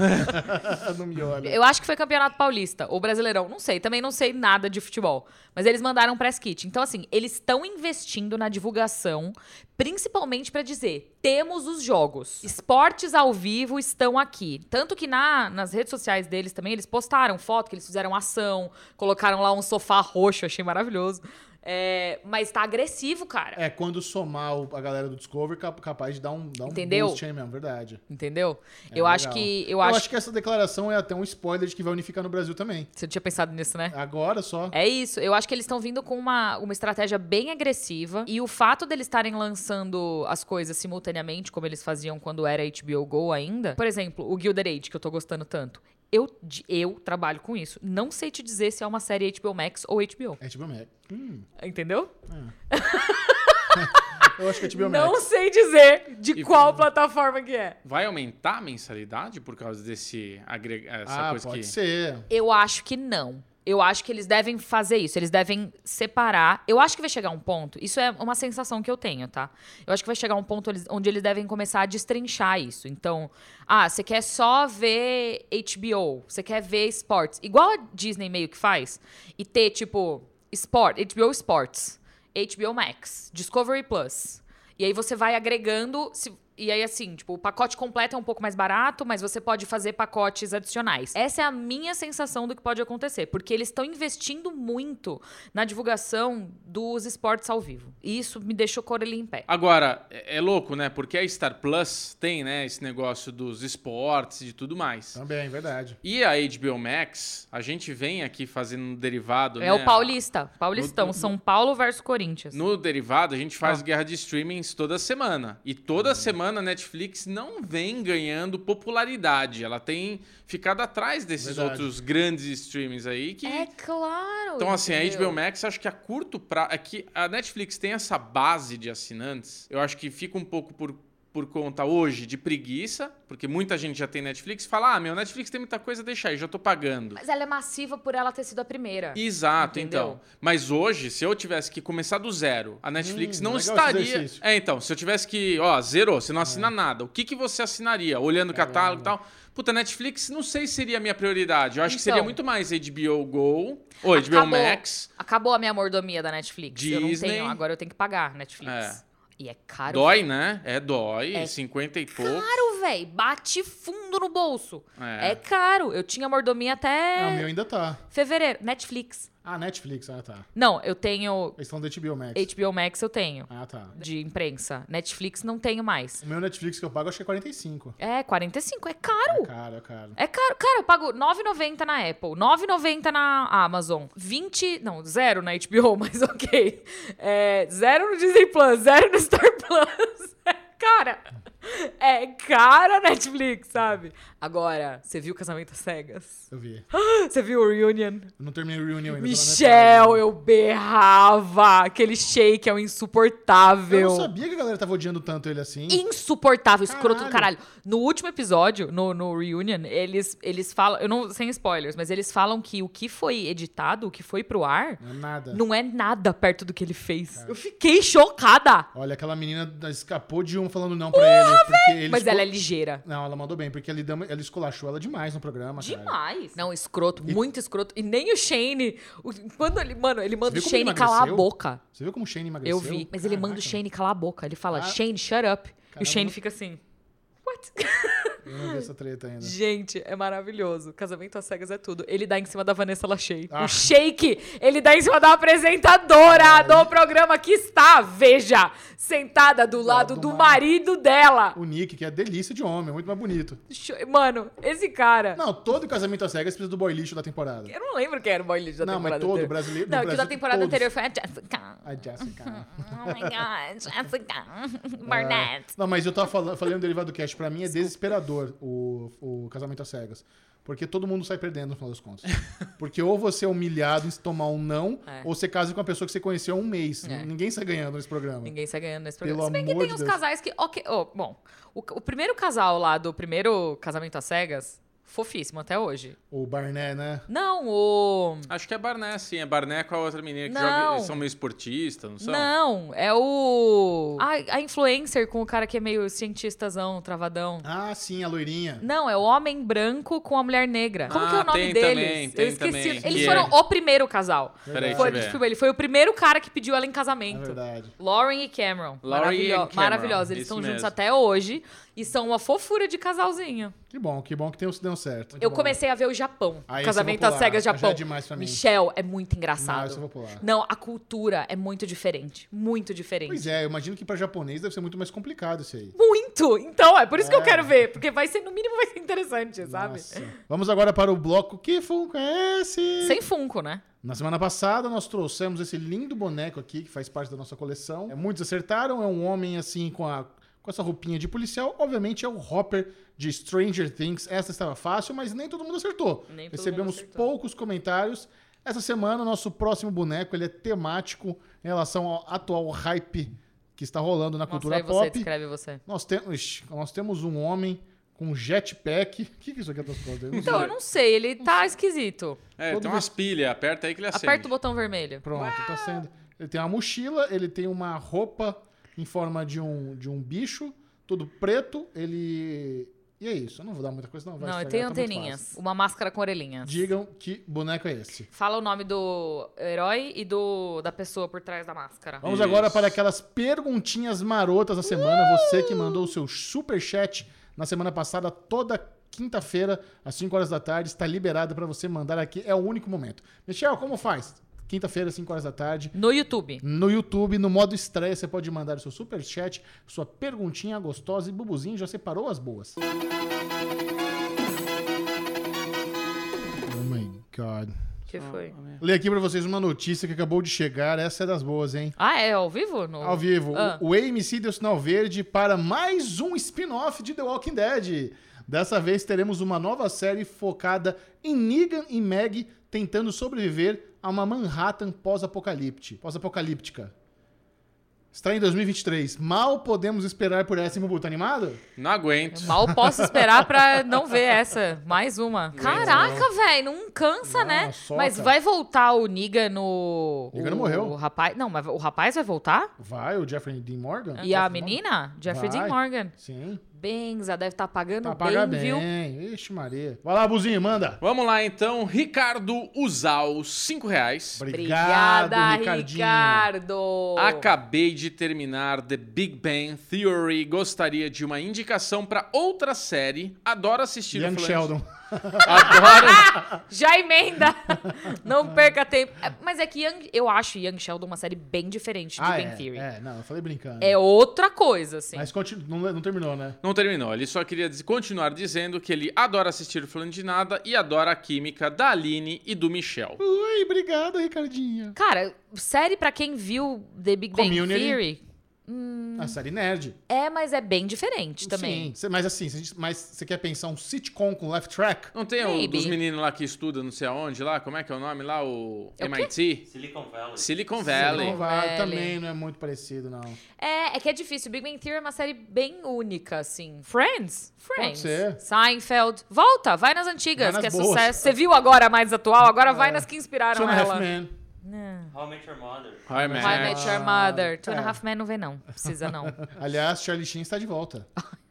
não me olha. Eu acho que foi Campeonato Paulista ou Brasileirão, não sei, também não sei nada de futebol. Mas eles mandaram um press kit. Então, assim, eles estão investindo na divulgação, principalmente pra dizer: temos os jogos. Esportes ao vivo estão aqui. Tanto que na, nas redes sociais deles também, eles postaram foto, que eles fizeram ação, colocaram lá um sofá roxo, achei maravilhoso. É, mas tá agressivo, cara. É, quando somar o- a galera do Discovery, cap- capaz de dar um, dar um Entendeu? boost aí mesmo, verdade. Entendeu? É eu acho legal. que. Eu, Eu acho, acho... que essa declaração é até um spoiler de que vai unificar no Brasil também. Você não tinha pensado nisso, né? Agora só. É isso, eu acho que eles estão vindo com uma, uma estratégia bem agressiva. E o fato deles estarem lançando as coisas simultaneamente, como eles faziam quando era HBO Go ainda. Por exemplo, o Gilded Age, que eu tô gostando tanto. Eu, de- eu trabalho com isso. Não sei te dizer se é uma série HBO Max ou HBO. É HBO Max. Hum, Entendeu? eu acho que é HBO Max. Não sei dizer de E- qual plataforma que é. Vai aumentar a mensalidade por causa desse agrega... essa Ah, coisa pode que... ser. Eu acho que não. Eu acho que eles devem fazer isso, eles devem separar. Eu acho que vai chegar um ponto, isso é uma sensação que eu tenho, tá? Eu acho que vai chegar um ponto eles- onde eles devem começar a destrinchar isso. Então, ah, você quer só ver HBO, você quer ver esportes. Igual a Disney meio que faz, e ter, tipo, Sport, HBO Sports, HBO Max, Discovery Plus. E aí você vai agregando. se- e aí, assim, tipo, o pacote completo é um pouco mais barato, mas você pode fazer pacotes adicionais. Essa é a minha sensação do que pode acontecer, porque eles estão investindo muito na divulgação dos esportes ao vivo. E isso me deixou corelha em pé. Agora, é, é louco, né? Porque a Star Plus tem, né, esse negócio dos esportes e tudo mais. Também, verdade. E a HBO Max, a gente vem aqui fazendo um derivado, É né? o Paulista, Paulistão, no- São Paulo versus Corinthians. No derivado, a gente faz guerra de streamings toda semana. E toda semana a Netflix não vem ganhando popularidade. Ela tem ficado atrás desses Verdade. outros grandes streamings aí que É claro! Então, assim, a entendeu? HBO Max, acho que a curto prazo. É que a Netflix tem essa base de assinantes. Eu acho que fica um pouco por, por conta hoje de preguiça, porque muita gente já tem Netflix e fala: ah, meu, Netflix tem muita coisa, deixa aí, já tô pagando. Mas ela é massiva por ela ter sido a primeira. Exato, Entendeu? então. Mas hoje, se eu tivesse que começar do zero, a Netflix Hum, não legal esse estaria. exercício. É, então, se eu tivesse que, ó, zerou, você não É. assina nada. O que, que você assinaria? Olhando o catálogo e tal. Puta, Netflix não sei se seria a minha prioridade. Eu acho que seria Então. muito mais HBO Go, ou HBO Acabou. Max. Acabou a minha mordomia da Netflix. Eu não Disney. tenho, agora eu tenho que pagar Netflix. É. E é caro. Dói, né? É, dói. É 50 e pouco. caro, velho. Bate fundo no bolso. É. É. caro. Eu tinha mordomia até Ah, o meu ainda tá. fevereiro. Netflix. Ah, Netflix, ah, tá. Não, eu tenho. Eles estão da HBO Max. HBO Max eu tenho. Ah, tá. De imprensa. Netflix não tenho mais. O meu Netflix que eu pago acho que é 45. É, 45. É caro. Cara, é caro. É caro. Cara, eu pago 9,90 na Apple, 9,90 na Amazon, 20... Não, zero na HBO, mas ok. É, zero no Disney Plus, zero no Star Plus. Cara, É cara Netflix, sabe? Agora, você viu Casamento às Cegas? Eu vi. Você viu o Reunion? Eu não terminei o Reunion ainda. tô na Michel, metade. eu berrava. Aquele shake é um insuportável. Eu não sabia que a galera tava odiando tanto ele assim. Insuportável, escroto do Caralho. caralho. No último episódio, no, no Reunion, eles, eles falam. Eu não, sem spoilers, mas eles falam que o que foi editado, o que foi pro ar, Não é nada. não é nada perto do que ele fez. Eu fiquei chocada. Olha, aquela menina escapou de um falando não pra ele. Porque ele Mas esco- ela é ligeira. Não, ela mandou bem, porque ele, deu- ele esculachou ela demais no programa. cara. Demais. Não, escroto, muito escroto. E nem o Shane. o- quando ele, mano, ele manda viu o como ele Shane calar a emagreceu? boca. Você viu como o Shane emagreceu? Eu vi. Mas ele manda o Caraca, Shane calar a boca. Ele fala, Ah. Shane, shut up. E Caramba. o Shane fica assim. What? Eu não vi essa treta ainda. Gente, é maravilhoso. Casamento às cegas é tudo. Ele dá em cima da Vanessa Lachey. Ah. O shake, ele dá em cima da apresentadora do programa que está, veja, sentada do lado do do mar- marido dela. O Nick, que é delícia de homem, muito mais bonito. Sh- Mano, esse cara. Não, todo casamento às cegas precisa do boy lixo da temporada. Eu não lembro quem era o boy lixo é da Não, mas temporada todo anterior. brasileiro- Não, no que o da Brasil, temporada todos. anterior foi a Jessica. A Jessica. Oh my God, É. Jessica Barnett. né? Não, mas eu tava falando, falei no derivado do cast, pra mim é desesperador o, o casamento às cegas. Porque todo mundo sai perdendo no final das contas. Porque ou você é humilhado em se tomar um não, É. ou você casa com uma pessoa que você conheceu há um mês. É. Ninguém sai ganhando nesse programa. Ninguém sai ganhando nesse Pelo programa. Se bem que amor tem de uns Deus. casais que. ok, ó, bom, o, o primeiro casal lá do primeiro casamento às cegas, fofíssimo até hoje. O Barné, né? Não, o. Acho que é Barné, sim. É Barné com a outra menina que Não. joga. Eles são meio esportistas, não são? Não, é o. A, a influencer com o cara que é meio cientistazão, travadão. Ah, sim, a loirinha. Não, é o homem branco com a mulher negra. Como que é Ah, o nome tem deles? também, Eu tem esqueci. também, Eles que foram é- o primeiro casal. Peraí, Foi, deixa eu ver. tipo, ele foi o primeiro cara que pediu ela em É casamento. verdade. Lauren e Cameron. Lauren e Maravilho- Cameron, Maravilhosos. Eles isso estão juntos mesmo. até hoje e são uma fofura de casalzinho. Que bom, que bom que tem, deu certo. eu comecei a ver o Japão. Ah, o esse eu casamento vou às pular. cegas Já é Japão. demais pra mim. Michel, é muito Não, engraçado. esse eu vou pular. Não, a cultura é muito diferente. Muito diferente. Pois é, eu imagino que pra japonês deve ser muito mais complicado isso aí. Muito! Então, é por isso que eu É. quero ver. Porque vai ser, no mínimo, vai ser interessante, sabe? Nossa. Vamos agora para o bloco que funko é esse? Sem funko, né? Na semana passada, nós trouxemos esse lindo boneco aqui, que faz parte da nossa coleção. É, muitos acertaram, é um homem assim com a. Com essa roupinha de policial, obviamente é o Hopper de Stranger Things. Essa estava fácil, mas nem todo mundo acertou. Nem todo Recebemos mundo acertou. poucos comentários. Essa semana, nosso próximo boneco ele é temático em relação ao atual hype que está rolando na Mostra cultura aí você, pop. descreve você. Nós temos, ixi, nós temos um homem com jetpack. O que, que é isso aqui é das costas? Eu não sei. Então, eu não sei, ele tá esquisito. É, Todo tem umas pilhas. Aperta aí que ele acende. Aperta o botão vermelho. Pronto, tá sendo. Ele tem uma mochila, ele tem uma roupa em forma de um, de um bicho, todo preto. Ele. E é isso. Eu não vou dar muita coisa, não. Vai Não, eu estragar, tenho tá muito anteninhas. fácil. Uma máscara com orelhinhas. Digam que boneco é esse. Fala o nome do herói e do da pessoa por trás da máscara. Vamos Isso. agora para aquelas perguntinhas marotas da semana. Você que mandou o seu super chat na semana passada, toda quinta-feira, às 5 horas da tarde, está liberado para você mandar aqui. É o único momento. Michel, como faz? Quinta-feira, às 5 horas da tarde. No YouTube. No YouTube, no modo estreia, você pode mandar o seu superchat, sua perguntinha gostosa e Bubuzinho já separou as boas. Oh my god. Que foi? Lê aqui pra vocês uma notícia que acabou de chegar, essa é das boas, hein? Ah, é ao vivo? No... Ao vivo, Ah. o o AMC deu sinal verde para mais um spin-off de The Walking Dead. Dessa vez teremos uma nova série focada em Negan e Maggie tentando sobreviver a uma Manhattan pós-apocalipte- pós-apocalíptica. Está em 2023. Mal podemos esperar por essa, hein, Bubu? Tá animado? Não aguento. Mal posso esperar pra não ver essa. Mais uma. Caraca, velho, não cansa, Não, né? solta. Mas vai voltar o Niga no. Negan o... não morreu. O rapaz... Não, mas o rapaz vai voltar? Vai, o Jeffrey Dean Morgan. E Tá a falando? menina? Jeffrey Vai. Dean Morgan. Sim. Benza, deve estar pagando Tá bem, pagar viu? bem. Ixi, Maria. Vai lá, Buzinho, manda. Vamos lá, então. Ricardo Usal, 5 reais. Obrigado, Obrigada, Ricardinho. Ricardo. Acabei de terminar The Big Bang Theory. Gostaria de uma indicação pra outra série. Adoro assistir Young o Flanders. Sheldon. Adoro. Já emenda! Não perca tempo. É, Mas é que Young- eu acho Young Sheldon uma série bem diferente do Big é, Theory. É. é, não, eu falei brincando. outra coisa, assim. Mas continu... não, não terminou, né? Não terminou. Ele só queria dizer- continuar dizendo que ele adora assistir falando de nada e adora a química da Aline e do Michel. Ui, obrigado, Ricardinho. Cara, série pra quem viu The Big Bang Community. Theory. Hum, A série nerd. É, mas é bem diferente também. Sim. Cê- Mas assim, se a gente- mas você quer pensar um sitcom com left track? Não tem o Maybe. dos meninos lá que estudam não sei aonde lá? Como é que é o nome lá? O É o quê? MIT? Silicon Valley. Silicon Valley. Não vai, Valley. também não é muito parecido, não. É, é que é difícil. Big Bang Theory é uma série bem única, assim. Friends? Friends. ser. Seinfeld. Volta, vai nas antigas, Vai nas que é boas. É. sucesso. Você viu agora a mais atual, agora vai nas que Two inspiraram and a Half Ah, ela. Men. Não. How I Met Your Mother. Hi, Matt. Why I Met Your Ah, Mother. Two and a é. Half Men não vê, não. Precisa, não. Aliás, Charlie Sheen está de volta.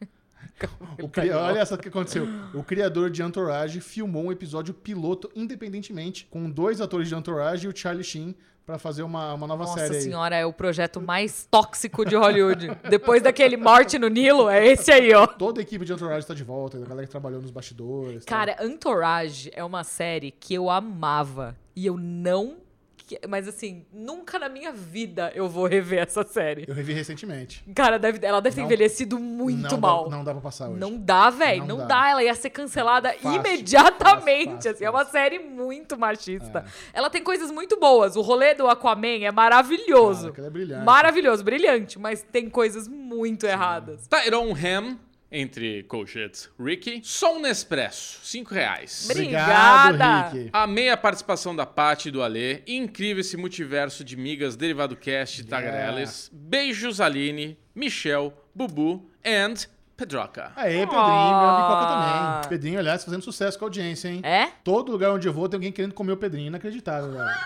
O tá cri- Olha só o que aconteceu. O criador de Entourage filmou um episódio piloto independentemente com dois atores de Entourage e o Charlie Sheen pra fazer uma, uma nova Nossa série. aí. senhora, é o projeto mais tóxico de Hollywood. Depois daquele Morte no Nilo, é esse aí, ó. Toda a equipe de Entourage tá de volta, a galera que trabalhou nos bastidores. tá? Cara, Entourage é uma série que eu amava e eu não. que- Mas assim, nunca na minha vida eu vou rever essa série. Eu revi recentemente. Cara, deve- ela deve ter Não- envelhecido muito não mal. Dá, não, não dá pra passar hoje. dá, velho. Não Não, dá. dá. Ela ia ser cancelada Fácil, imediatamente. fácil, fácil, É. assim, é uma série muito machista. Ela tem coisas muito boas. O rolê do Aquaman é Cara, maravilhoso. aquilo é brilhante. maravilhoso, brilhante. Mas tem coisas muito erradas. Tyrone Ham, entre colchetes, Ricky. Só um Nespresso, 5 reais. Brin- Obrigado, Obrigada. Rick. Amei a participação da Paty e do Alê. Incrível esse multiverso de migas derivado cast Yeah. Tagarelas. Beijos, Aline, Michel, Bubu and Pedroca. Aê, Pedrinho, Ah. minha pipoca também. Pedrinho, aliás, fazendo sucesso com a audiência, hein? É? Todo lugar onde eu vou tem alguém querendo comer o Pedrinho, inacreditável, velho.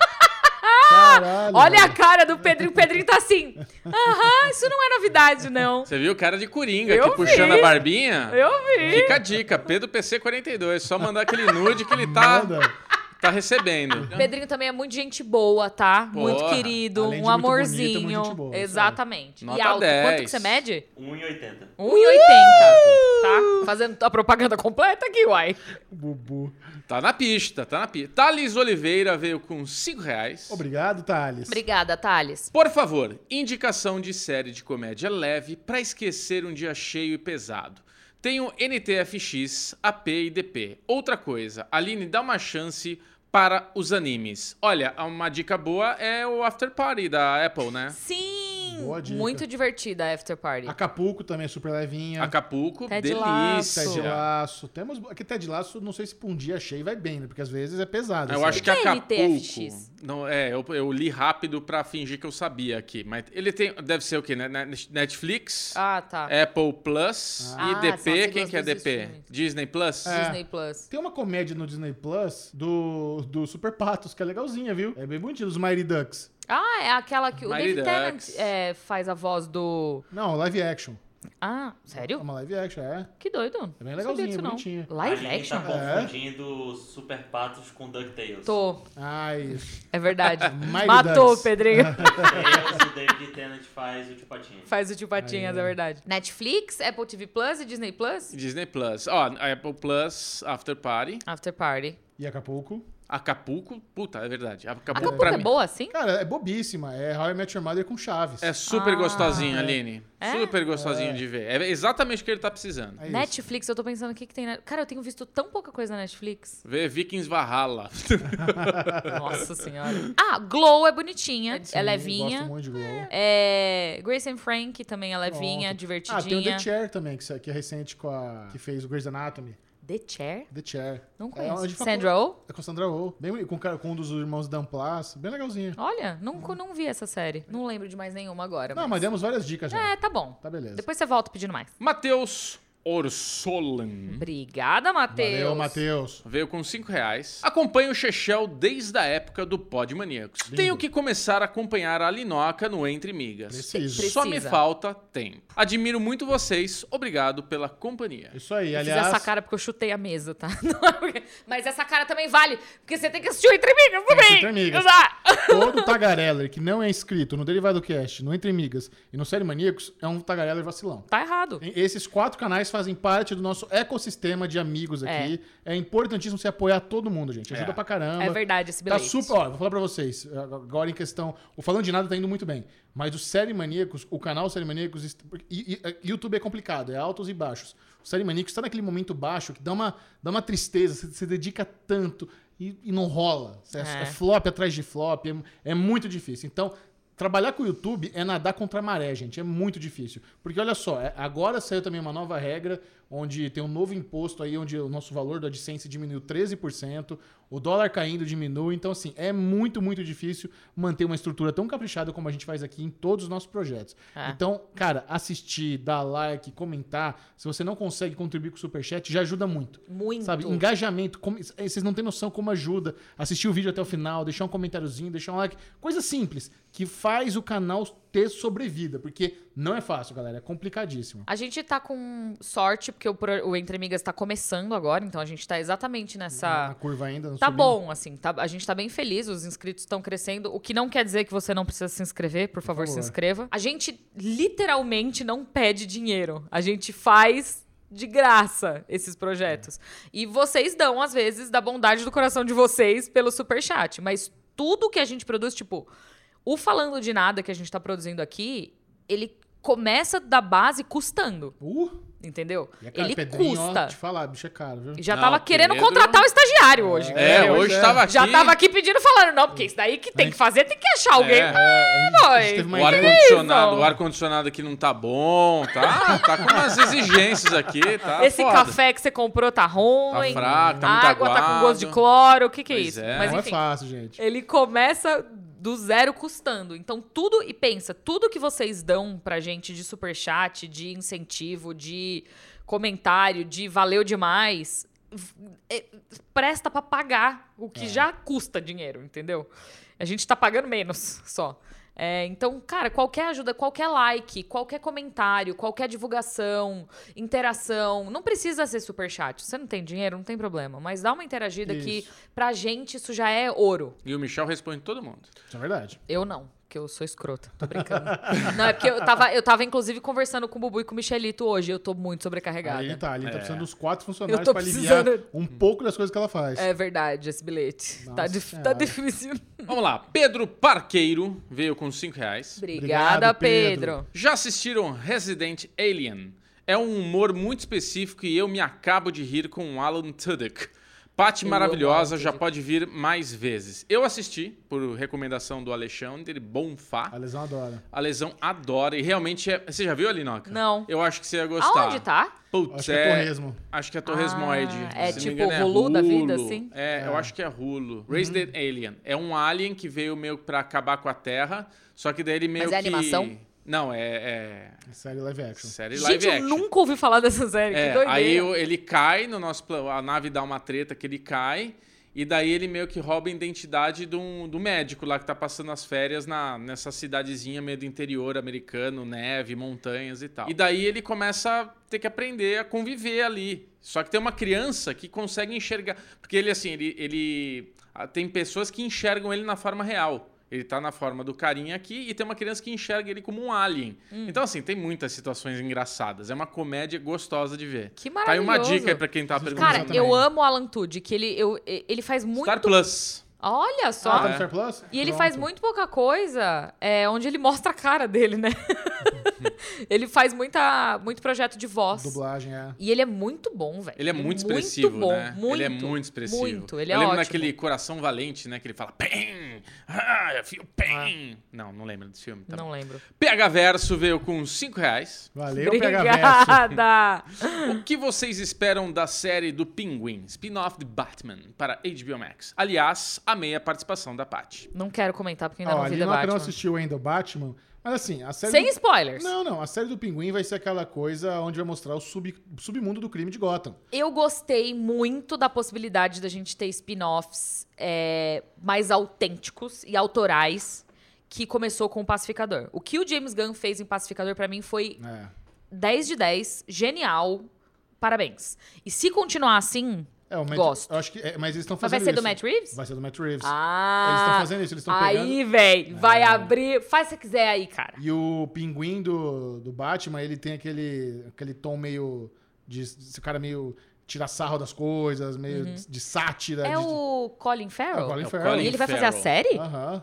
Caralho. Olha a velho. cara do Pedrinho. O Pedrinho tá assim. Aham, isso não é novidade, não. Você viu o cara de Coringa Eu aqui puxando vi. a barbinha? Eu vi. Fica a dica, Pedro PC42. Só mandar aquele nude que ele tá, Manda. tá recebendo. Pedrinho também é muito gente boa, tá? Muito Porra. querido, Além de um muito amorzinho. bonito, é muito gente boa, Exatamente. Nota e alto, 10. quanto que você mede? 1,80. 1,80. Tá? Uh! Fazendo a propaganda completa aqui, uai. Bubu. Tá na pista, tá na pista. Thales Oliveira veio com 5 reais. Obrigado, Thales. Obrigada, Thales. Por favor, indicação de série de comédia leve pra esquecer um dia cheio e pesado. Tenho NTFX, AP e DP. Outra coisa, Aline, dá uma chance para os animes. Olha, uma dica boa é o After Party da Apple, né? Sim! Boa dica. Muito divertida a after party. Acapulco também é super levinha. Acapulco, Ted delícia. Ted Laço. Temos... Aqui Ted Laço, não sei se pra um dia cheio vai bem, né? Porque às vezes é pesado. Eu sabe? acho que O que é Acapulco. NTFX? Não, é, eu, eu li rápido pra fingir que eu sabia aqui. Mas ele tem. Deve ser o quê? né? Net- Netflix, Ah, tá. É. Apple Plus Ah. e Ah, são as DP. Quem siglas que é dos DP? streamings. Disney Plus? É. Disney Plus. Tem uma comédia no Disney Plus do, do Super Patos, que é legalzinha, viu? É bem bonitinho, dos Mighty Ducks. Ah, é aquela que o Mighty David Tennant Ducks. é, faz a voz do. Não, live action. Ah, É sério? uma live action, é. Que doido. É bem Não sabia legalzinho, disso, não. bonitinho. Live Aline action? tá confundindo Super Patos com DuckTales. Tô. Ai, É verdade. Mighty Matou Ducks. o Pedrinho. DuckTales, É, o David Tennant faz o Tio Patinho. Faz o tio Patinhas, Aí, ó. é verdade. Netflix, Apple TV Plus e Disney Plus? Disney Plus. Ó, Apple Plus, After Party. After Party. e Acapulco. Acapulco. Puta, é verdade. Acapulco, Acapulco pra é mim. boa assim? Cara, é bobíssima. É How I Met Your Mother com Chaves. É super Ah. gostosinho, Aline. É? Super gostosinho de ver. É exatamente o que ele tá precisando. É isso. Netflix, eu tô pensando o que, que tem na... Cara, eu tenho visto tão pouca coisa na Netflix. Ver Vikings Valhalla. Nossa senhora. Ah, Glow é bonitinha, Sim, é Gosto levinha. muito de Glow. É... Grace and Frank também é levinha, Pronto. divertidinha. Ah, tem o The Chair também, que, que é recente com a... Que fez o Grey's Anatomy. The Chair? The Chair. Não É, onde conheço. ficou- Sandra Oh? É com Sandra Oh. Bem, bonito, com, o cara- com um dos irmãos Dan Plus. Bem legalzinho. Olha, não, não vi essa série. Não lembro de mais nenhuma agora. Não, mas demos várias dicas já. É, tá bom. Tá beleza. Depois você volta pedindo mais. Matheus Orsolan. Obrigada, Matheus. Valeu, Matheus. Veio com 5 reais. Acompanho o Chechel desde a época do Pod Maníacos. Tenho que começar a acompanhar a Linoca no Entre Migas. Preciso. Preciso. Só me falta tempo. Admiro muito vocês. Obrigado pela companhia. É Isso aí, Eu aliás... fiz essa cara porque eu chutei a mesa, tá? Não é porque- Mas essa cara também vale, porque você tem que assistir o Entre Amigas também! Entre Amigas. Exato. Todo tagareller que não é inscrito no Derivado Cast, no Entre Migas e no Série Maníacos é um tagareller vacilão. Tá errado. Esses quatro canais fazem parte do nosso ecossistema de amigos aqui. É, importantíssimo você apoiar todo mundo, gente. Ajuda É. pra caramba. É verdade, esse Tá bilhete. super, ó, vou falar pra vocês, agora em questão, o Falando de Nada tá indo muito bem, mas o Série Maníacos, o canal Série Maníacos, est- e, e- e- YouTube é complicado, é altos e baixos. O Série Maníacos tá naquele momento baixo que dá uma, dá uma tristeza, você se dedica tanto e, e não rola. É, É. é flop atrás de flop, é, é muito difícil. Então, Trabalhar com o YouTube é nadar contra a maré, gente. É muito difícil. Porque olha só, é- agora saiu também uma nova regra onde tem um novo imposto aí, onde o nosso valor do AdSense diminuiu 13%, o dólar caindo diminui. Então, assim, é muito, muito difícil manter uma estrutura tão caprichada como a gente faz aqui em todos os nossos projetos. É. Então, cara, assistir, dar like, comentar. Se você não consegue contribuir com o Superchat, já ajuda muito. Muito. Sabe, engajamento, como- eh, vocês não têm noção como ajuda. Assistir o vídeo até o final, deixar um comentáriozinho, deixar um like. Coisa simples, que faz o canal ter sobrevida, porque não é fácil, galera, é complicadíssimo. A gente tá com sorte, porque o, pro- o Entre Amigas tá começando agora, então a gente tá exatamente nessa. Na curva ainda, não Tá subindo. bom, assim, tá- a gente tá bem feliz, os inscritos estão crescendo, o que não quer dizer que você não precisa se inscrever, por favor, se favor. inscreva. A gente literalmente não pede dinheiro, a gente faz de graça esses projetos. E vocês dão, às vezes, da bondade do coração de vocês pelo superchat, mas tudo que a gente produz, tipo, o Falando de Nada que a gente tá produzindo aqui, ele começa da base custando, Uh, entendeu? e é caro, Ele Pedrinho, ó, custa. te falar, bicho, é caro, viu? Já Não, tava querendo Pedro- contratar o estagiário hoje. É, É, hoje pois é. tava aqui. Já tava aqui pedindo, falando, não, porque isso daí que tem que fazer, tem que achar alguém. a É. gente boy. teve uma o ideia- ar-condicionado, o ar-condicionado aqui não tá bom, tá? Tá com umas exigências aqui, tá? Esse foda. café que você comprou tá ruim. Tá fraco, tá a muito água tá com aguado. gosto de cloro, o que que é Pois isso? é. Mas não é enfim, fácil, gente. ele começa do zero custando. Então tudo, e pensa, tudo que vocês dão pra gente de superchat, de incentivo, de comentário, de valeu demais, v- é, presta pra pagar o que já custa dinheiro, entendeu? A gente tá pagando menos só. É, então, cara, qualquer ajuda, qualquer like, qualquer comentário, qualquer divulgação, interação, não precisa ser superchat. Se Você não tem dinheiro, não tem problema. Mas dá uma interagida que, Isso. pra gente, isso já é ouro. E o Michel responde todo mundo. Isso é verdade. Eu não, porque eu sou escrota. Tô brincando. não, é porque eu tava, eu tava, inclusive, conversando com o Bubu e com o Michelito hoje. Eu tô muito sobrecarregada. Aí ele tá, ele tá precisando dos quatro Eu funcionários tô pra aliviar precisando- um pouco das coisas que ela faz. É verdade, esse bilhete. Nossa Tá, dif- Senhora. tá difícil. Vamos lá, Pedro Parqueiro veio com 5 reais. Obrigada, Obrigado, Pedro. Pedro. Já assistiram Resident Alien? É um humor muito específico e eu me acabo de rir com Alan Tudyk. Pati Eu maravilhosa, amo Alan já Tudyk. pode vir mais vezes. Eu assisti, por recomendação do Alexandre Bonfá. A lesão adora. A lesão adora e realmente é... Você já viu, Alinoca? Não. Eu acho que você ia gostar. Aonde tá? Putz, Acho que é torresmo. Acho que é Torresmoide. Ah, é se não tipo me engano, é Hulu da vida, Hulu. assim? Uhum. É, eu acho que é Rulo. Raised Dead Alien. É um alien que veio meio pra acabar com a Terra, só que daí ele meio Mas é que... animação? Não, é... é... Série live action. Série live Gente, eu action. nunca ouvi falar dessa série. É, que doideira. aí o- ele cai no nosso plano, a nave dá uma treta que ele cai, e daí ele meio que rouba a identidade de um- do médico lá que tá passando as férias na, nessa cidadezinha meio do interior americano, neve, montanhas e tal. E daí ele começa a ter que aprender a conviver ali. Só que tem uma criança que consegue enxergar. Porque ele, assim, ele. ele ah, tem pessoas que enxergam ele na forma real. Ele tá na forma do carinha aqui e tem uma criança que enxerga ele como um alien. Então, assim, tem muitas situações engraçadas. É uma comédia gostosa de ver. Que Tá aí uma dica aí maravilhoso. pra quem tá perguntando. Cara, também. eu amo o Alan Tudy, que ele, eu, ele faz muito. Star Plus. Olha só. Ah, tá no é. Star Plus? E ele Pronto. faz muito pouca coisa é, onde ele mostra a cara dele, né? ele faz muita, muito projeto de voz. Dublagem, é. E ele é muito bom, velho. Ele é muito, expressivo, muito bom, né? Muito, ele é muito expressivo. Muito, ele é eu lembro ótimo. daquele Coração Valente, né? Que ele fala PEM! Ah, eu fio PEM! Não, Ah. não lembro desse filme. Tá bom. Não lembro. PH Verso veio com 5 reais. Valeu, PH Verso. Obrigada! O que vocês esperam da série do Pinguim, spin-off de Batman, para HBO Max? Aliás, amei a participação da Paty. não quero comentar porque ainda Ó, não a vi The Linoca não Batman. assistiu ainda o Batman, mas assim, a série. Sem do- spoilers. Não, não. A série do Pinguim vai ser aquela coisa onde vai mostrar o sub- submundo do crime de Gotham. Eu gostei muito da possibilidade da gente ter spin-offs é, mais autênticos e autorais que começou com o Pacificador. O que o James Gunn fez em Pacificador pra mim foi É. 10 de 10, genial, parabéns. E se continuar assim, É, o Matt, Gosto. Eu acho que, é, mas eles estão mas fazendo vai ser isso. do Matt Reeves? Vai ser do Matt Reeves. Ah, Eles estão fazendo isso, eles estão pegando. Ah. Aí, véi, vai abrir, faz o que você quiser aí, cara. E o Pinguim do, do Batman, ele tem aquele, aquele tom meio. de esse cara meio tirar sarro das coisas, meio de, de sátira. Uhum. É de, o Colin É o Farrell? Colin É o Farrell. Ah, E Colin ele vai fazer a Farrell. série? Aham.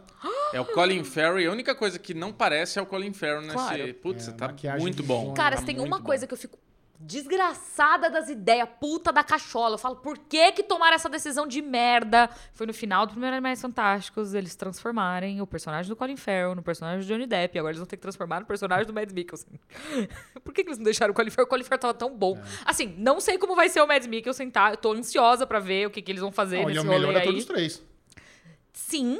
É o Colin Farrell. e A única coisa que não parece é o Colin Farrell nesse. Claro. Putz, É, tá maquiagem muito de bom. sonho. Cara, Tá se tem muito uma bom. coisa que eu fico desgraçada das ideias, puta da cachola. Eu falo, por que que tomaram essa decisão de merda? Foi no final do primeiro Animais Fantásticos eles transformarem o personagem do Colin Farrell no personagem do Johnny Depp. E agora eles vão ter que transformar no personagem do Mads Mikkelsen. por que que eles não deixaram o Colin Farrell? O Colin Farrell tava tão bom. É. Assim, não sei como vai ser o Mads Mikkelsen, tá? Eu tô ansiosa pra ver o que que eles vão fazer Não, ele nesse é o rolê melhor ator aí. dos três. Sim,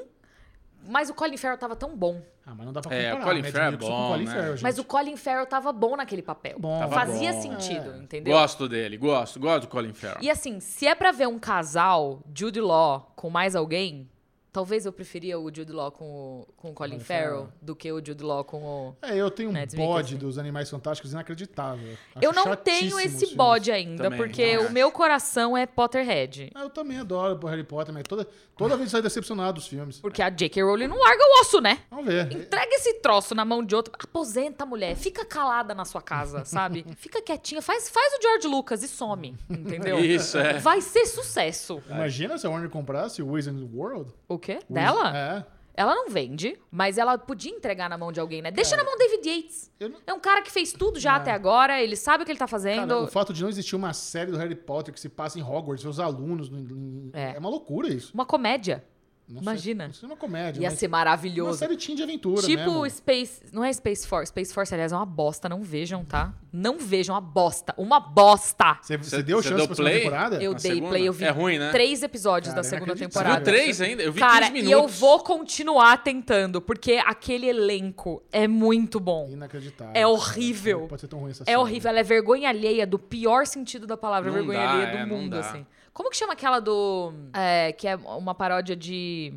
mas o Colin Farrell tava tão bom. Ah, mas não dá pra É, comparar. o Colin Mads Farrell é Mikkelsen com bom, o Colin né? Farrell, gente. Mas o Colin Farrell tava bom naquele papel. Bom. Tava Fazia bom. sentido, É. entendeu? Gosto dele, gosto, gosto do Colin Farrell. E assim, se é pra ver um casal, Jude Law com mais alguém, talvez eu preferia o Jude Law com o, com o Colin Colin Farrell Farrell. do que o Jude Law com o... É, eu tenho um Mads bode Mikkelsen. dos Animais Fantásticos inacreditável. Acho assim. eu não tenho chatíssimo os esse filmes. bode ainda, Também, porque não o acho. meu coração é Potterhead. Ah, Eu também adoro o Harry Potter, mas toda, toda vez eu saio decepcionado dos filmes. Porque a J.K. Rowling não larga o osso, né? Vamos ver. Entrega esse troço na mão de outro. Aposenta, mulher. Fica calada na sua casa, sabe? Fica quietinha. Faz, faz o George Lucas e some, entendeu? Isso, é. Vai ser sucesso. Imagina se a Warner comprasse o Wizard World. O quê? O Dela? Wiz- É. Ela não vende, mas ela podia entregar na mão de alguém, né? Deixa na mão do David Yates. É. Eu não- É um cara que fez tudo já até agora, ele sabe o que ele tá fazendo. Cara, o fato de não existir uma série do Harry Potter que se passa em Hogwarts, seus alunos. no- em- É. É. uma loucura isso. Uma comédia. Não Imagina. Sei, não sei se é uma comédia. Ia mas ser Uma maravilhoso. série teen de aventura, Tipo mesmo. Space. Não é Space Force. Space Force, aliás, é uma bosta. Não vejam, tá? Não vejam, uma bosta. Uma bosta. Você, você Cê- deu cê chance deu pra segunda play? temporada? Eu Na dei segunda? play, eu vi É ruim, né? três episódios Cara, da eu segunda acredito. Você temporada. viu três ainda? Eu vi Cara, 15 e minutos. eu vou continuar tentando, porque aquele elenco é muito bom. Inacreditável. É horrível. Não pode ser tão ruim essa série. É horrível, ela é vergonha alheia do pior sentido da palavra, Não vergonha dá, alheia do é, não mundo, dá. assim. Como que chama aquela do. é, que é uma paródia de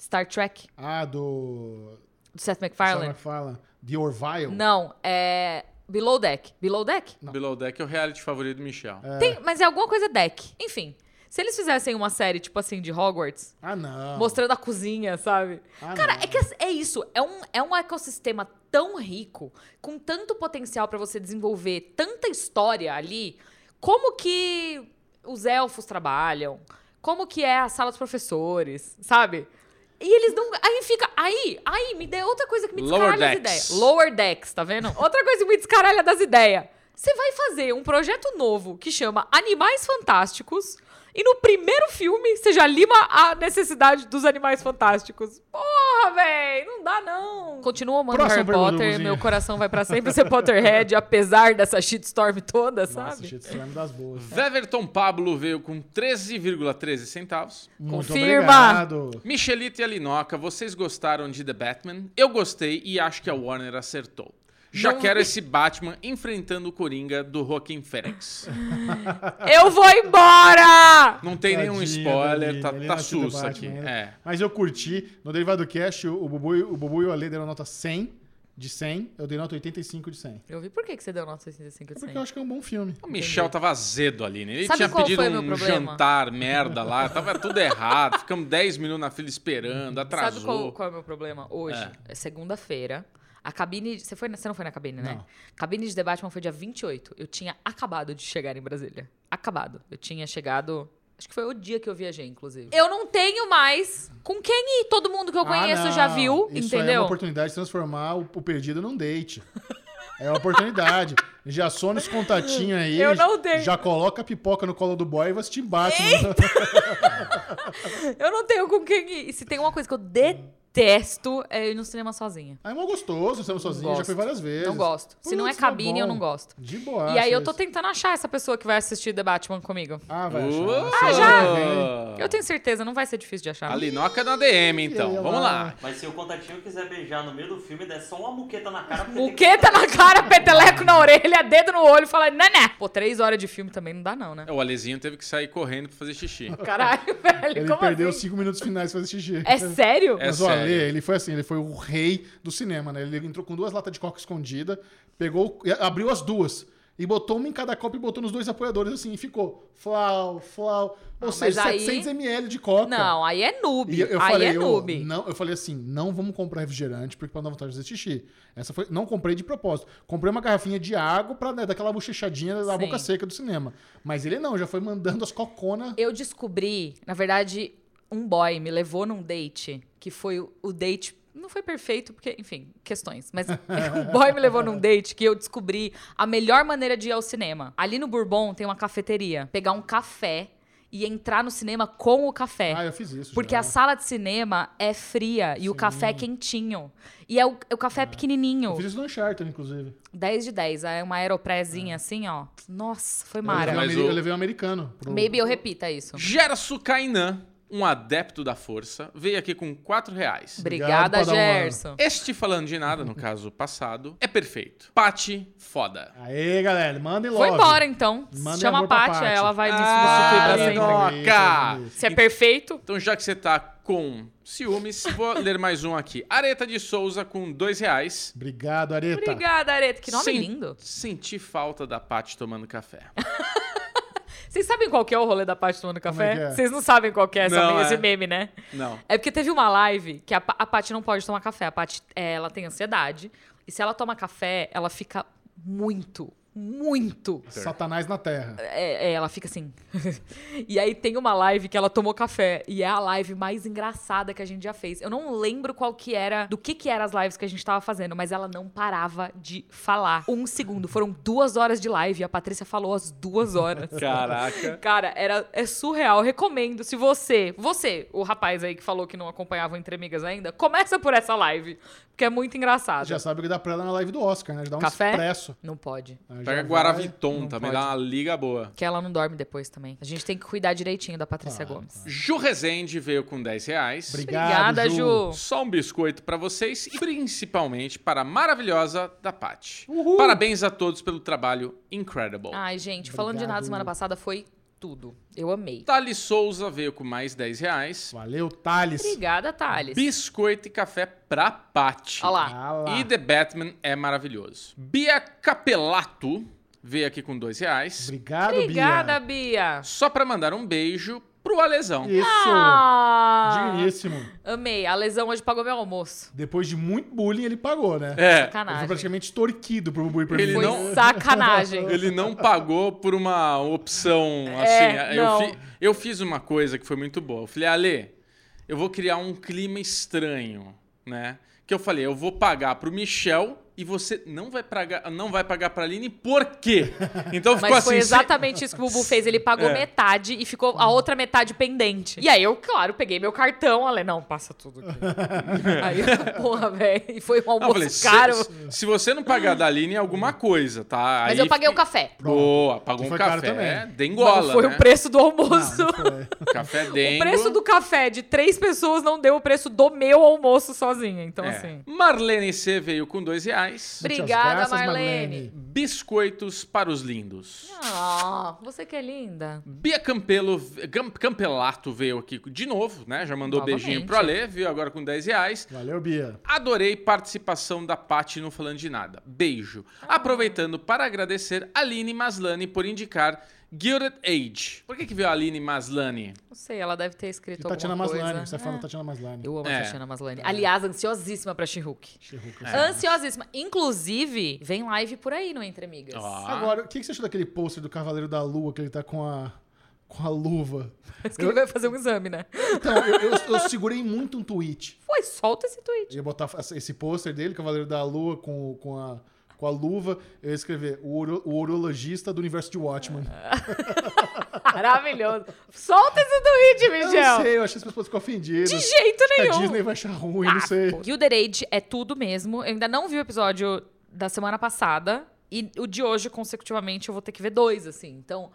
Star Trek, Ah, do. do Seth Fala. MacFarlane? Fala. The Orville. um. Não, é. Below Deck. Below Deck? Below Deck é o reality favorito do Michel. Tem, mas é alguma coisa deck. Enfim. Se eles fizessem uma série, tipo assim, de Hogwarts, Ah, não. mostrando a cozinha, sabe? Ah, Cara, não. é que as- é isso. É um, é um ecossistema tão rico, com tanto potencial pra você desenvolver tanta história ali. Como que os elfos trabalham? Como que é a sala dos professores, sabe? E eles não. Aí fica. Aí, aí, me dê outra coisa que me Lower descaralha das decks. ideias. Lower decks, tá vendo? Outra coisa que me descaralha das ideias. Você vai fazer um projeto novo que chama Animais Fantásticos. E no primeiro filme, você já lima a necessidade dos animais fantásticos. Porra, véi, não dá não. Continua amando Próxima Harry pergunta, Potter, Luzinha. meu coração vai pra sempre ser Potterhead, apesar dessa shitstorm toda, Nossa, sabe? shitstorm das boas. Veverton Pablo veio com 13,13 centavos. Muito Confirma. obrigado. Michelito e Alinoca, vocês gostaram de The Batman? Eu gostei e acho que a Warner acertou. Já Não- quero esse Batman enfrentando o Coringa do Joaquim Fênix. Eu vou embora! Não tem nenhum Tadinho, spoiler, tá, tadinho. Ele não tá assistiu sussa Batman né? aqui. ainda. É. Mas eu curti. No Derivado Cast, o Bubu, e- o Bubu e o Ale deram nota 100 de 100. Eu dei nota 85 de 100. Eu vi por que que você deu nota 65 de Porque 100. eu acho que é um bom filme. O Michel tava azedo ali, né? Ele Sabe tinha qual pedido foi meu um problema? jantar merda lá, tava tudo errado. Ficamos 10 minutos na fila esperando, atrasou. Sabe qual, qual é o meu problema hoje? É, segunda-feira. A cabine. Você, foi, na- você não foi na cabine, né? Não. Cabine de The Batman foi dia 28. Eu tinha acabado de chegar em Brasília. Acabado. Eu tinha chegado. Acho que foi o dia que eu viajei, inclusive. Eu não tenho mais com quem ir. Todo mundo que eu conheço Ah, não. já Isso viu, aí é uma entendeu? oportunidade de transformar o, o perdido num date. É uma oportunidade. Já sou nos contatinhos aí. Eu não tenho. Já coloca a pipoca no colo do boy e vai assistir Batman. Eu não tenho com quem ir. E se tem uma coisa que eu detesto, é ir no cinema sozinha. Ah, é mó gostoso, estamos sozinhos. Já Gosto. fui várias vezes. Não gosto. Se não é Putz, mó cabine, eu bom. Ah, não gosto. De boa. e aí eu tô tentando achar essa pessoa que vai assistir The Batman comigo. Ah, vai. Uh, achar. Eu tenho certeza, não vai ser difícil de achar. Alinoca na DM, então. Ih, olha Vamos lá. lá. Mas se o contatinho quiser beijar no meio do filme, der só uma muqueta na cara. porque tem que- Muqueta Tá na cara, peteleco na orelha, dedo no olho, fala, né, né. Pô, três horas de filme também não dá não, né? É, O Alezinho teve que sair correndo pra fazer xixi. Caralho, velho, Ele como perdeu os assim? cinco minutos finais pra fazer xixi. É sério? É. Mas o Ale, sério. ele foi assim, ele foi o rei do cinema, né? Ele entrou com duas latas de coca escondida, pegou, e abriu as duas. E botou uma em cada copa e botou nos dois apoiadores assim, e ficou flau, flau. Ou mas seja, aí- 700ml de coca. Não, aí é noob. E eu, eu aí falei, é eu- noob. não, eu falei assim, não vamos comprar refrigerante porque pra não dar vontade de fazer xixi. Essa foi, não comprei de propósito. Comprei uma garrafinha de água pra né, daquela bochechadinha da Sim. boca seca do cinema. Mas ele não, já foi mandando as coconas. Eu descobri, na verdade, um boy me levou num date que foi o- o date Não foi perfeito, porque, enfim, questões. Mas o boy me levou num date que eu descobri a melhor maneira de ir ao cinema. Ali no Bourbon tem uma cafeteria. Pegar um café e entrar no cinema com o café. Ah, eu fiz isso. É. Porque já. a sala de cinema é fria e o Sim. café é quentinho. E é o, o café é pequenininho. Eu fiz isso no Uncharted, inclusive. 10 de 10. É uma aeroprézinha assim, ó. Nossa, foi Eu, mara. Mas levei um ameri- o- eu levei um americano. pro- Maybe eu repita isso. Gerson Kainan, um adepto da força, veio aqui com 4 reais. Obrigado, Obrigada, Padawan. Gerson. Este falando de nada, no caso passado, é perfeito. Pati, foda. Aê, galera, mandem logo. Foi embora, então. É Manda Chama a amor pra Paty, Paty. ela vai me substituir Ah, pra Ai, sempre. não. Noca! Se é perfeito, Então, já que você tá com ciúmes, vou ler mais um aqui. Areta de Souza com dois reais. Obrigado, Areta. obrigada, Areto. Que nome Sen- lindo. Senti falta da Pati tomando café. Vocês sabem qual que é o rolê da Paty tomando é que café? é? Vocês não sabem qual que é essa, Não, esse é. meme, né? Não. É porque teve uma live que a, Pa- a Paty não pode tomar café. A Paty, é, ela tem ansiedade. E se ela toma café, ela fica muito, muito Satanás na Terra. É, é, ela fica assim. e aí tem uma live que ela tomou café. E é a live mais engraçada que a gente já fez. Eu não lembro qual que era, do que que eram as lives que a gente tava fazendo, mas ela não parava de falar. Um segundo. Foram duas horas de live e a Patrícia falou as duas horas. Caraca. Cara, era, é surreal. Eu Recomendo. Se você, você, o rapaz aí que falou que não acompanhava o Entre Amigas ainda, começa por essa live. Porque é muito engraçado. Já sabe o que dá pra ela na live do Oscar, né? Já dá um Café? expresso. Não pode. Aí já Pega vai, Guaraviton não também, pode. dá uma liga boa. Que ela não dorme depois também. A gente tem que cuidar direitinho da Patrícia Claro, Gomes. Ju Rezende veio com 10 reais. Obrigado, Obrigada, Ju. Ju. Só um biscoito pra vocês e principalmente para a maravilhosa da Pati. Uhul. Parabéns a todos pelo trabalho incredible. Ai, gente, falando de nada Obrigado. semana passada foi tudo. Eu amei. Thales Souza veio com mais 10 reais. Valeu, Thales. Obrigada, Thales. Biscoito e café pra Pati. Olha lá. Ah lá. E The Batman é maravilhoso. Bia Capelato veio aqui com 2 reais. Obrigado, Obrigada, Bia. Bia. Só pra mandar um beijo pro Alesão. Isso. Ah, Digníssimo. amei. A lesão hoje pagou meu almoço. Depois de muito bullying, ele pagou, né? É, Ele foi Sacanagem. praticamente um torquido pro Bubu e Ele Foi não- sacanagem. Ele não pagou por uma opção assim. É, eu, não. fi- eu fiz uma coisa que foi muito boa. Eu falei, Ale, eu vou criar um clima estranho, né? Que eu falei, eu vou pagar pro Michel e você não vai pagar, não vai pagar pra Aline, por quê? Então ficou Mas foi assim. se- exatamente isso que o Bubu fez. Ele pagou É. metade e ficou a outra metade pendente. E aí eu, claro, peguei meu cartão. Ale, não, passa tudo aqui. aí, eu, porra, velho. E foi um Não, eu almoço falei, se- caro. Se, você não pagar da Aline, é alguma coisa, tá? Mas Aí eu paguei o fica- café. Boa, pagou Que um Hum. foi caro café, também. dengola, Mano, foi né? o preço do almoço. Não, não foi. Café O dengo. preço do café de três pessoas não deu o preço do meu almoço sozinha. Então, É. assim. Marlene C veio com dois reais. Muitas Obrigada, graças, Marlene. Biscoitos para os lindos. Ah, você que é linda. Bia Campelo, Gam- Campelato veio aqui de novo, né? Já mandou Novamente. beijinho pro Alê, veio agora com 10 reais. Valeu, Bia. Adorei participação da Paty no Falando de Nada. Beijo. Aproveitando para agradecer Aline Maslani por indicar Gilded Age. Por que, que veio a Aline Maslani? Não sei, ela deve ter escrito E Tatiana alguma coisa. Maslany. Você é fã da É. Tatiana Maslany. Eu amo É. a Tatiana Maslany. Aliás, ansiosíssima pra She-Hulk. Chirruca. Ansiosíssima. Inclusive, vem live por aí no Entre Amigas. Ó. Agora, o que que você achou daquele pôster do Cavaleiro da Lua que ele tá com a, com a luva? Parece que ele vai fazer um exame, né? Então, eu, eu- eu segurei muito um tweet. Foi, solta esse tweet. Eu ia botar essa- esse pôster dele, Cavaleiro da Lua, com, com, a, com a luva. Eu ia escrever o, uro- o urologista do universo de Watchmen. Ah. Maravilhoso. Solta esse tweet, Eu não Michel. sei, eu achei que as pessoas ficam ofendidas. De Ah, jeito A nenhum. Disney vai achar ruim, não sei. Gilded Age é tudo mesmo. Eu ainda não vi o episódio da semana passada. E o de hoje, consecutivamente, eu vou ter que ver dois, assim. Então,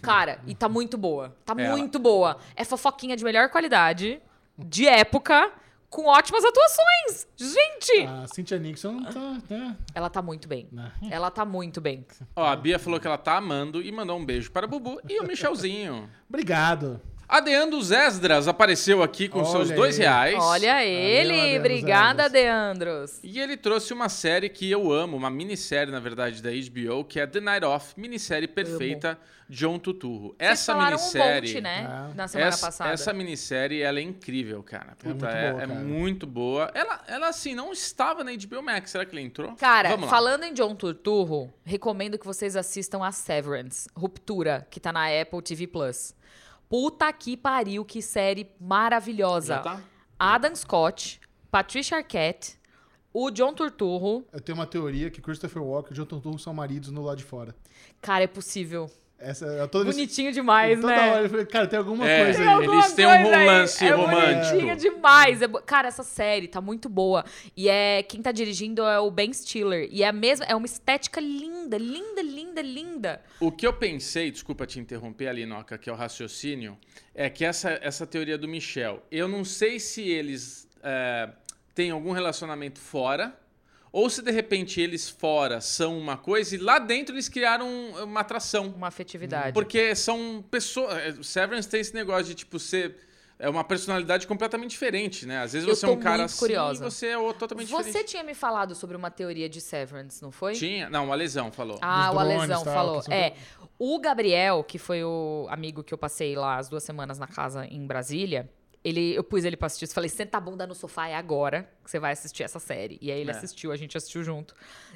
cara, e tá muito boa. Tá É, muito boa. É fofoquinha de melhor qualidade, de época, com ótimas atuações. Gente! A Cynthia Nixon não tá. Né? Ah. Ela tá muito bem. Né. Ela tá muito bem. Ó, a Bia falou que ela tá amando e mandou um beijo para Bubu e o Michelzinho. Obrigado. Adeando Esdras apareceu aqui com seus Olha dois aí. reais. Olha ele! Adeandros, Obrigada, Adeandros. Deandros. E ele trouxe uma série que eu amo, uma minissérie, na verdade, da HBO, que é The Night Off, minissérie perfeita, John Tuturro. essa Vocês falaram minissérie. um monte, né? Ah. Na semana essa, passada. essa minissérie, ela é incrível, cara. muito Puta, é, boa, é cara. muito boa. Ela, ela, assim, não estava na HBO Max. Será que ele entrou? Cara, Vamos lá. falando em John Turturro, recomendo que vocês assistam a Severance, Ruptura, que tá na Apple TV Plus. Puta que pariu, que série maravilhosa. Já tá? Adam Scott, Patricia Arquette, o John Turturro. Eu tenho uma teoria que Christopher Walker e John Turturro são maridos no lado de fora. Cara, é possível. Essa é toda vez- Bonitinho demais, toda né? hora eu falei, cara, tem alguma É. coisa Tem aí. alguma Eles têm um coisa aí. romance é romântico. bonitinha demais. É bo- Cara, essa série tá muito boa. E é quem tá dirigindo é o Ben Stiller. E é a mesma, é uma estética linda, linda, linda, linda. O que eu pensei, desculpa te interromper, Alinoca, que é o raciocínio, é que essa, essa teoria do Michel, eu não sei se eles é, têm algum relacionamento fora, ou se de repente eles fora são uma coisa e lá dentro eles criaram um- uma atração. Uma afetividade. Porque são pessoas. é, o Severance tem esse negócio de tipo ser. É uma personalidade completamente diferente, né? Às vezes Eu você é um tô cara muito assim curiosa. e você é outro totalmente Você diferente. tinha me falado sobre uma teoria de Severance, não foi? Tinha. Não, a lesão falou. Ah, Dos o drones, Alesão tal, falou. que são É. O Gabriel, que foi o amigo que eu passei lá as duas semanas na casa em Brasília, ele, eu pus ele pra assistir. Eu falei, senta a bunda no sofá, é agora que você vai assistir essa série. E aí ele É. assistiu, a gente assistiu junto.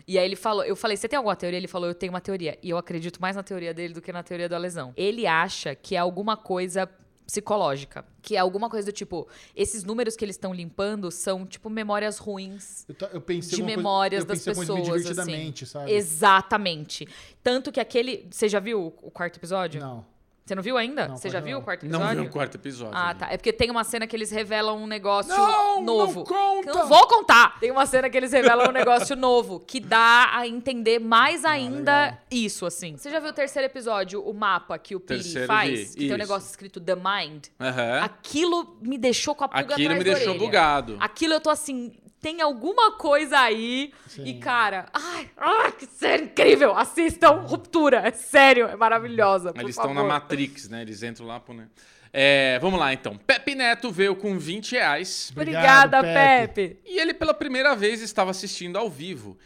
E aí ele falou, eu falei, você tem alguma teoria? Ele falou, eu tenho uma teoria. E eu acredito mais na teoria dele do que na teoria do Alesão. Ele acha que é alguma coisa psicológica. Que é alguma coisa do tipo, esses números que eles estão limpando são, tipo, memórias ruins Eu, ta- eu pensei de uma memórias coisa, eu das pensei uma coisa meio pessoas, assim. divertidamente, sabe? Exatamente. Tanto que aquele. Você já viu o quarto episódio? Não. Você não viu ainda? Não, você pode já não. viu o quarto Não episódio? viu o quarto episódio. Ah, tá. É porque tem uma cena que eles revelam um negócio Não, novo. não conta! Eu não vou contar! Tem uma cena que eles revelam um negócio novo que dá a entender mais ainda legal. isso, assim. Você já viu o terceiro episódio, o mapa que o Pili Terceiro faz? vi, Que tem um isso. negócio escrito The Mind? Aham. Aquilo me deixou com a pulga Aquilo é um atrás me da deixou orelha. bugado. Aquilo eu tô assim, tem alguma coisa aí. Sim. E, cara, ai, ai, que série incrível! Assistam Ruptura. É sério, é maravilhosa. por Eles estão na favor. Matrix, né? Eles entram lá pro. Né? É, vamos lá, então. Pepe Neto veio com 20 reais. Obrigada, Obrigado, Pepe. Pepe. E ele, pela primeira vez, estava assistindo ao vivo.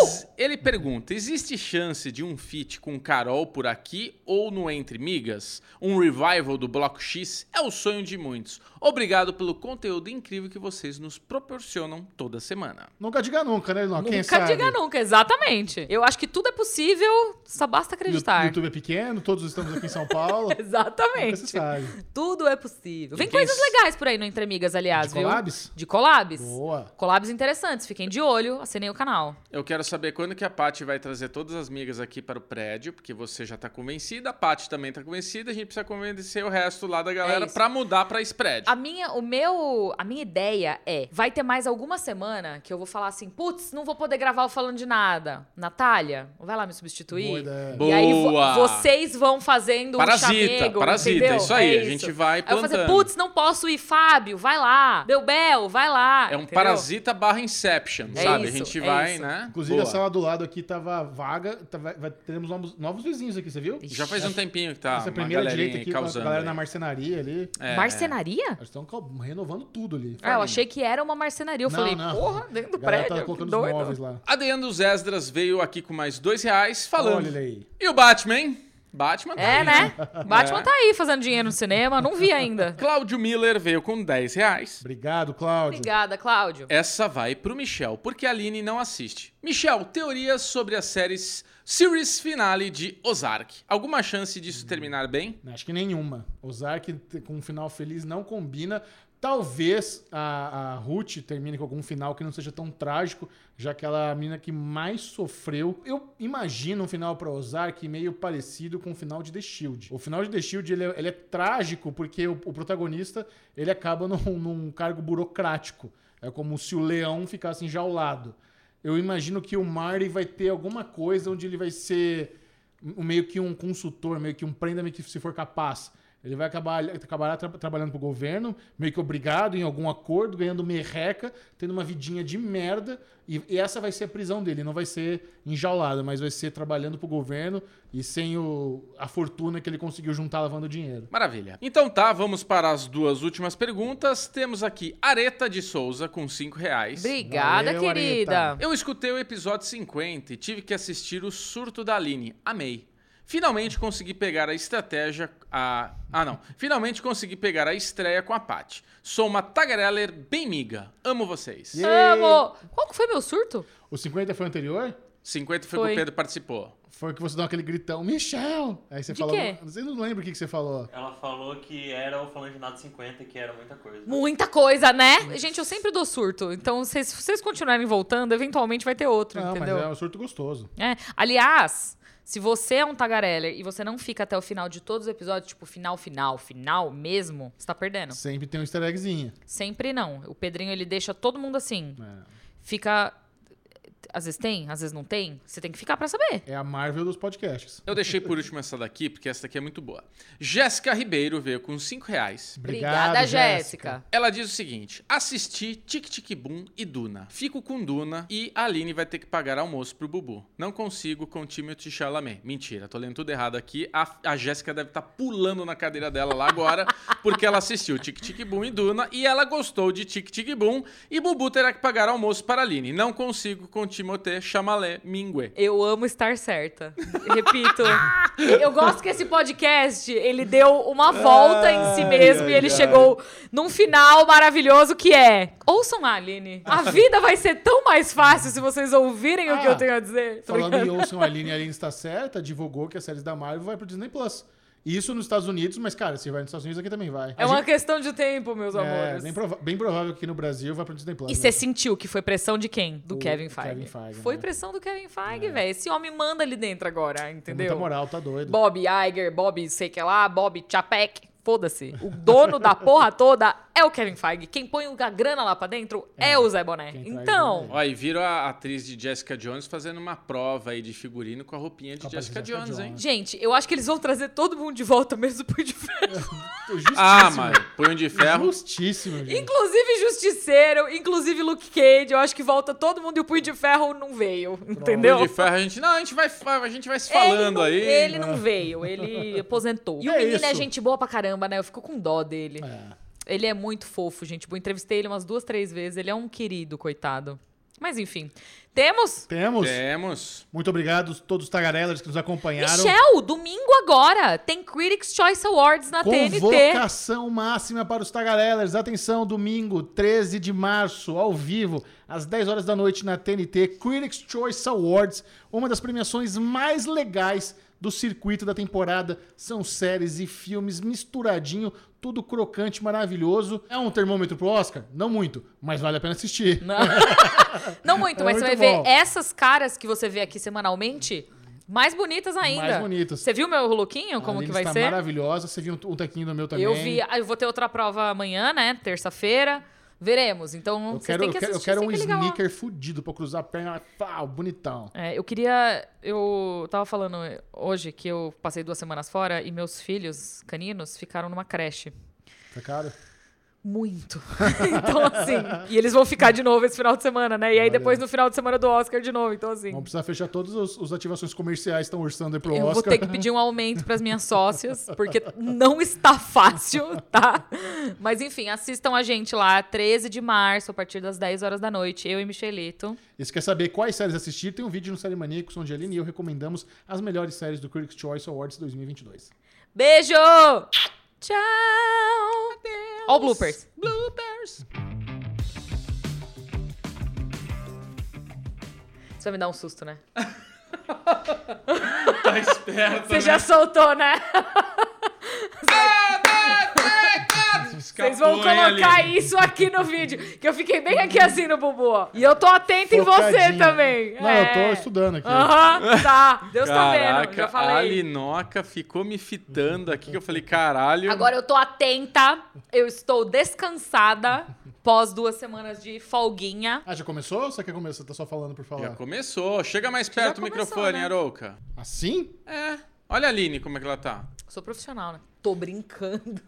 Ex- ele pergunta: existe chance de um feat com Carol por aqui ou no Entre Migas? Um revival do Bloco X é o sonho de muitos. Obrigado pelo conteúdo incrível que vocês nos proporcionam toda semana. Nunca diga nunca, né, Ló? Quem nunca sabe? diga nunca, exatamente. Eu acho que tudo é possível, só basta Yu- acreditar. YouTube é pequeno, todos estamos aqui em São Paulo. nunca se Exatamente. sabe. Tudo é possível. Vem quem coisas s- legais por aí no Entre Amigas, aliás, De viu? collabs? De collabs. Boa. Collabs interessantes, fiquem de olho, assinem o canal. Eu quero saber quando que a Paty vai trazer todas as migas aqui para o prédio, porque você já tá convencida, a Paty também tá convencida, a gente precisa convencer o resto lá da galera É isso. pra mudar pra esse prédio. A minha, o meu, a minha ideia é, vai ter mais alguma semana que eu vou falar assim, putz, não vou poder gravar o falando de nada. Natália, vai lá me substituir. Boa ideia. E aí vo- Boa! vocês vão fazendo parasita, um chamego, parasita, entendeu? isso aí, É a gente vai Aí eu vou plantando. fazer, putz, não posso ir, Fábio, vai lá. Belbel, vai lá. é um entendeu? parasita barra Inception, É sabe? isso, a gente é vai, isso. né? Inclusive, Boa. a sala do lado aqui tava vaga. tá- vai- vai- teremos novos, novos vizinhos aqui, você viu? Já faz um tempinho que tá Essa uma primeira direita galerinha aí aqui, com a causando. né? galera aí. na marcenaria ali. É. Marcenaria? Eles estão co- renovando tudo ali. Ah, eu achei que era uma marcenaria. Eu Não, falei, não. porra, dentro do A galera prédio, tá que colocando os doido. móveis lá. Adriano dos Esdras veio aqui com mais dois reais Olha falando. ele aí. E o Batman? hein? Batman tá É, aí, né? Batman tá aí fazendo dinheiro no cinema, não vi ainda. Cláudio Miller veio com 10 reais. Obrigado, Cláudio. Obrigada, Cláudio. Essa vai pro Michel, porque a Aline não assiste. Michel, teorias sobre as séries Series Finale de Ozark. Alguma chance disso terminar bem? né? Acho que nenhuma. Ozark t- com um final feliz não combina. Talvez a, a Ruth termine com algum final que não seja tão trágico, já que ela é a menina que mais sofreu. Eu imagino um final para Ozark meio parecido com o final de The Shield. O final de The Shield ele é, ele é trágico porque o, o protagonista ele acaba num, num cargo burocrático. É como se o leão ficasse enjaulado. Eu imagino que o Marty vai ter alguma coisa onde ele vai ser um- meio que um consultor, meio que um prenda-me que se for capaz. Ele vai acabar acabará tra trabalhando pro governo, meio que obrigado em algum acordo, ganhando merreca, tendo uma vidinha de merda, e, e essa vai ser a prisão dele, não vai ser enjaulado, mas vai ser trabalhando pro governo e sem o, a fortuna que ele conseguiu juntar lavando dinheiro. Maravilha. Então tá, vamos para as duas últimas perguntas. Temos aqui Areta de Souza com 5 reais. Obrigada, Valeu, querida. Eu escutei o episódio 50 e tive que assistir o surto da Aline. Amei. Finalmente consegui pegar a estratégia. A... Ah, não. Finalmente consegui pegar a estreia com a Paty. Sou uma tagareller bem miga. Amo vocês. Yeah. Amo! Qual que foi meu surto? O 50 foi anterior? 50 foi, o que Foi. o Pedro participou. Foi que você dá aquele gritão, Michel! Aí você De falou. quê? Você não lembra o que que você falou. Ela falou que era o Falanginado 50, que era muita coisa. Muita coisa, né? Gente, eu sempre dou surto. Então, se vocês continuarem voltando, eventualmente vai ter outro, Não, mas entendeu? é um surto gostoso. É. Aliás, se você é um tagareller e você não fica até o final de todos os episódios, tipo final, final, final mesmo, você tá perdendo. Sempre tem um easter eggzinho. Sempre não. O Pedrinho, ele deixa todo mundo assim. É. Fica... Às vezes tem, às vezes não tem. Você tem que ficar pra saber. É a Marvel dos podcasts. Eu deixei por último essa daqui, porque essa daqui é muito boa. Jéssica Ribeiro veio com 5 reais. Obrigada, Jéssica. Ela diz o seguinte: assisti Tic Tic Boom e Duna. Fico com Duna e a Aline vai ter que pagar almoço pro Bubu. Não consigo com Timothy Chalamet. Mentira, tô lendo tudo errado aqui. A, a Jéssica deve estar pulando na cadeira dela lá agora, porque ela assistiu Tic Tic Boom e Duna e ela gostou de Tic Tic Boom e Bubu terá que pagar almoço para a Aline. Não consigo com Timothée Chalamet Mingue. Eu amo estar certa. Repito. Eu gosto que esse podcast, ele deu uma volta em si Ai, mesmo e ai, ele ai. chegou num final maravilhoso que é... Ouçam a Aline. A vida vai ser tão mais fácil se vocês ouvirem o que Ah, eu tenho a dizer. Tô Falando brincando. em ouçam a Aline, a Aline está certa, divulgou que a série da Marvel vai pro Disney Plus. Isso nos Estados Unidos, mas cara, se vai nos Estados Unidos aqui também vai. É uma questão de tempo, meus É, amores. é bem, prova- bem provável que aqui no Brasil vai pro Disney Plus. E né? você sentiu que foi pressão de quem? Do O Kevin Feige. Kevin Feige, foi né? É. pressão do Kevin Feige, velho. Esse homem manda ali dentro agora, Tem entendeu? muita moral, tá doido. Bob Iger, Bob sei que lá, Bob Chapek. Foda-se. O dono da porra toda é o Kevin Feige. Quem põe a grana lá pra dentro é, o Zé Boné. Quem traz Então, grana Ó, e viram a atriz de Jessica Jones fazendo uma prova aí de figurino com a roupinha de Capaz de Jessica Jessica Jones, hein? Jones. gente, eu acho que eles vão trazer todo mundo de volta mesmo por de ferro. Justíssimo. Ah, mano, punho de ferro. Justíssimo, gente. Inclusive Justiceiro, inclusive Luke Cage. Eu acho que volta todo mundo e o Punho de Ferro não veio, entendeu? Punho de ferro, a gente. Não, a gente vai, fa- a gente vai se ele falando não, aí. Ele não veio, ele aposentou. E o É menino é isso. gente boa pra caramba, né? Eu fico com dó dele. É. Ele é muito fofo, gente. Eu entrevistei ele umas duas, três vezes. Ele é um querido, coitado. Mas enfim. Temos? Temos. É. Temos. Muito obrigado a todos os tagarellas que nos acompanharam. Michel, domingo agora tem Critics' Choice Awards na TNT. Convocação máxima para os tagarellers. Atenção, domingo, 13 de março, ao vivo, às 10 horas da noite na TNT, Critics Choice Awards, uma das premiações mais legais do circuito da temporada. São séries e filmes misturadinho, tudo crocante, maravilhoso. É um termômetro pro Oscar? Não muito, mas vale a pena assistir. Não, Não muito, É mas você vai muito bom. ver essas caras que você vê aqui semanalmente mais bonitas ainda. Mais bonitas. Você viu meu lookinho, como A que Aline vai está ser? maravilhosa. Você viu um um taquinho do meu também. Eu vi. ah, Eu vou ter outra prova amanhã, né? Terça-feira. Veremos. Então, Eu vocês quero, têm eu que quero, eu assistir. quero um vocês têm que ligar lá. sneaker fudido pra cruzar a perna. Pau, bonitão. É, eu queria. Eu tava falando hoje que eu passei duas semanas fora e meus filhos caninos ficaram numa creche. Tá caro? Muito. então, assim. E eles vão ficar de novo esse final de semana, né? E aí Olha. depois no final de semana do Oscar de novo. Então, assim. Vamos precisar fechar todas as, as ativações comerciais que estão orçando aí pro Eu Oscar. vou ter que pedir um aumento pras minhas sócias, porque não está fácil, tá? Mas enfim, assistam a gente lá, 13 de março, a partir das 10 horas da noite, eu e Michelito. E se quer saber quais séries assistir, tem um vídeo no Série Maníacos onde a Aline e eu recomendamos as melhores séries do Critics' Choice Awards 2022. Beijo! Tchau! Ó, o bloopers. Bloopers. Você vai me dar um susto, né? Tá esperto. Você já soltou, né? Tá Vocês vão colocar isso aqui no vídeo. Que eu fiquei bem aqui assim no bubu. ó. E eu tô atenta em você Focadinho. também. É. Não, eu tô estudando aqui. Aham, tá. Deus tá vendo. Caraca, Já a falei. Linoca ficou me fitando aqui que eu falei, caralho. Agora eu tô atenta. Eu estou descansada pós duas semanas de folguinha. Ah, já começou? Ou você quer começar? Você tá só falando por Já falar? começou. Chega mais perto do começou, microfone, né? Arouca. Assim? É. Olha a Aline como é que ela tá. Sou profissional, né? Tô brincando.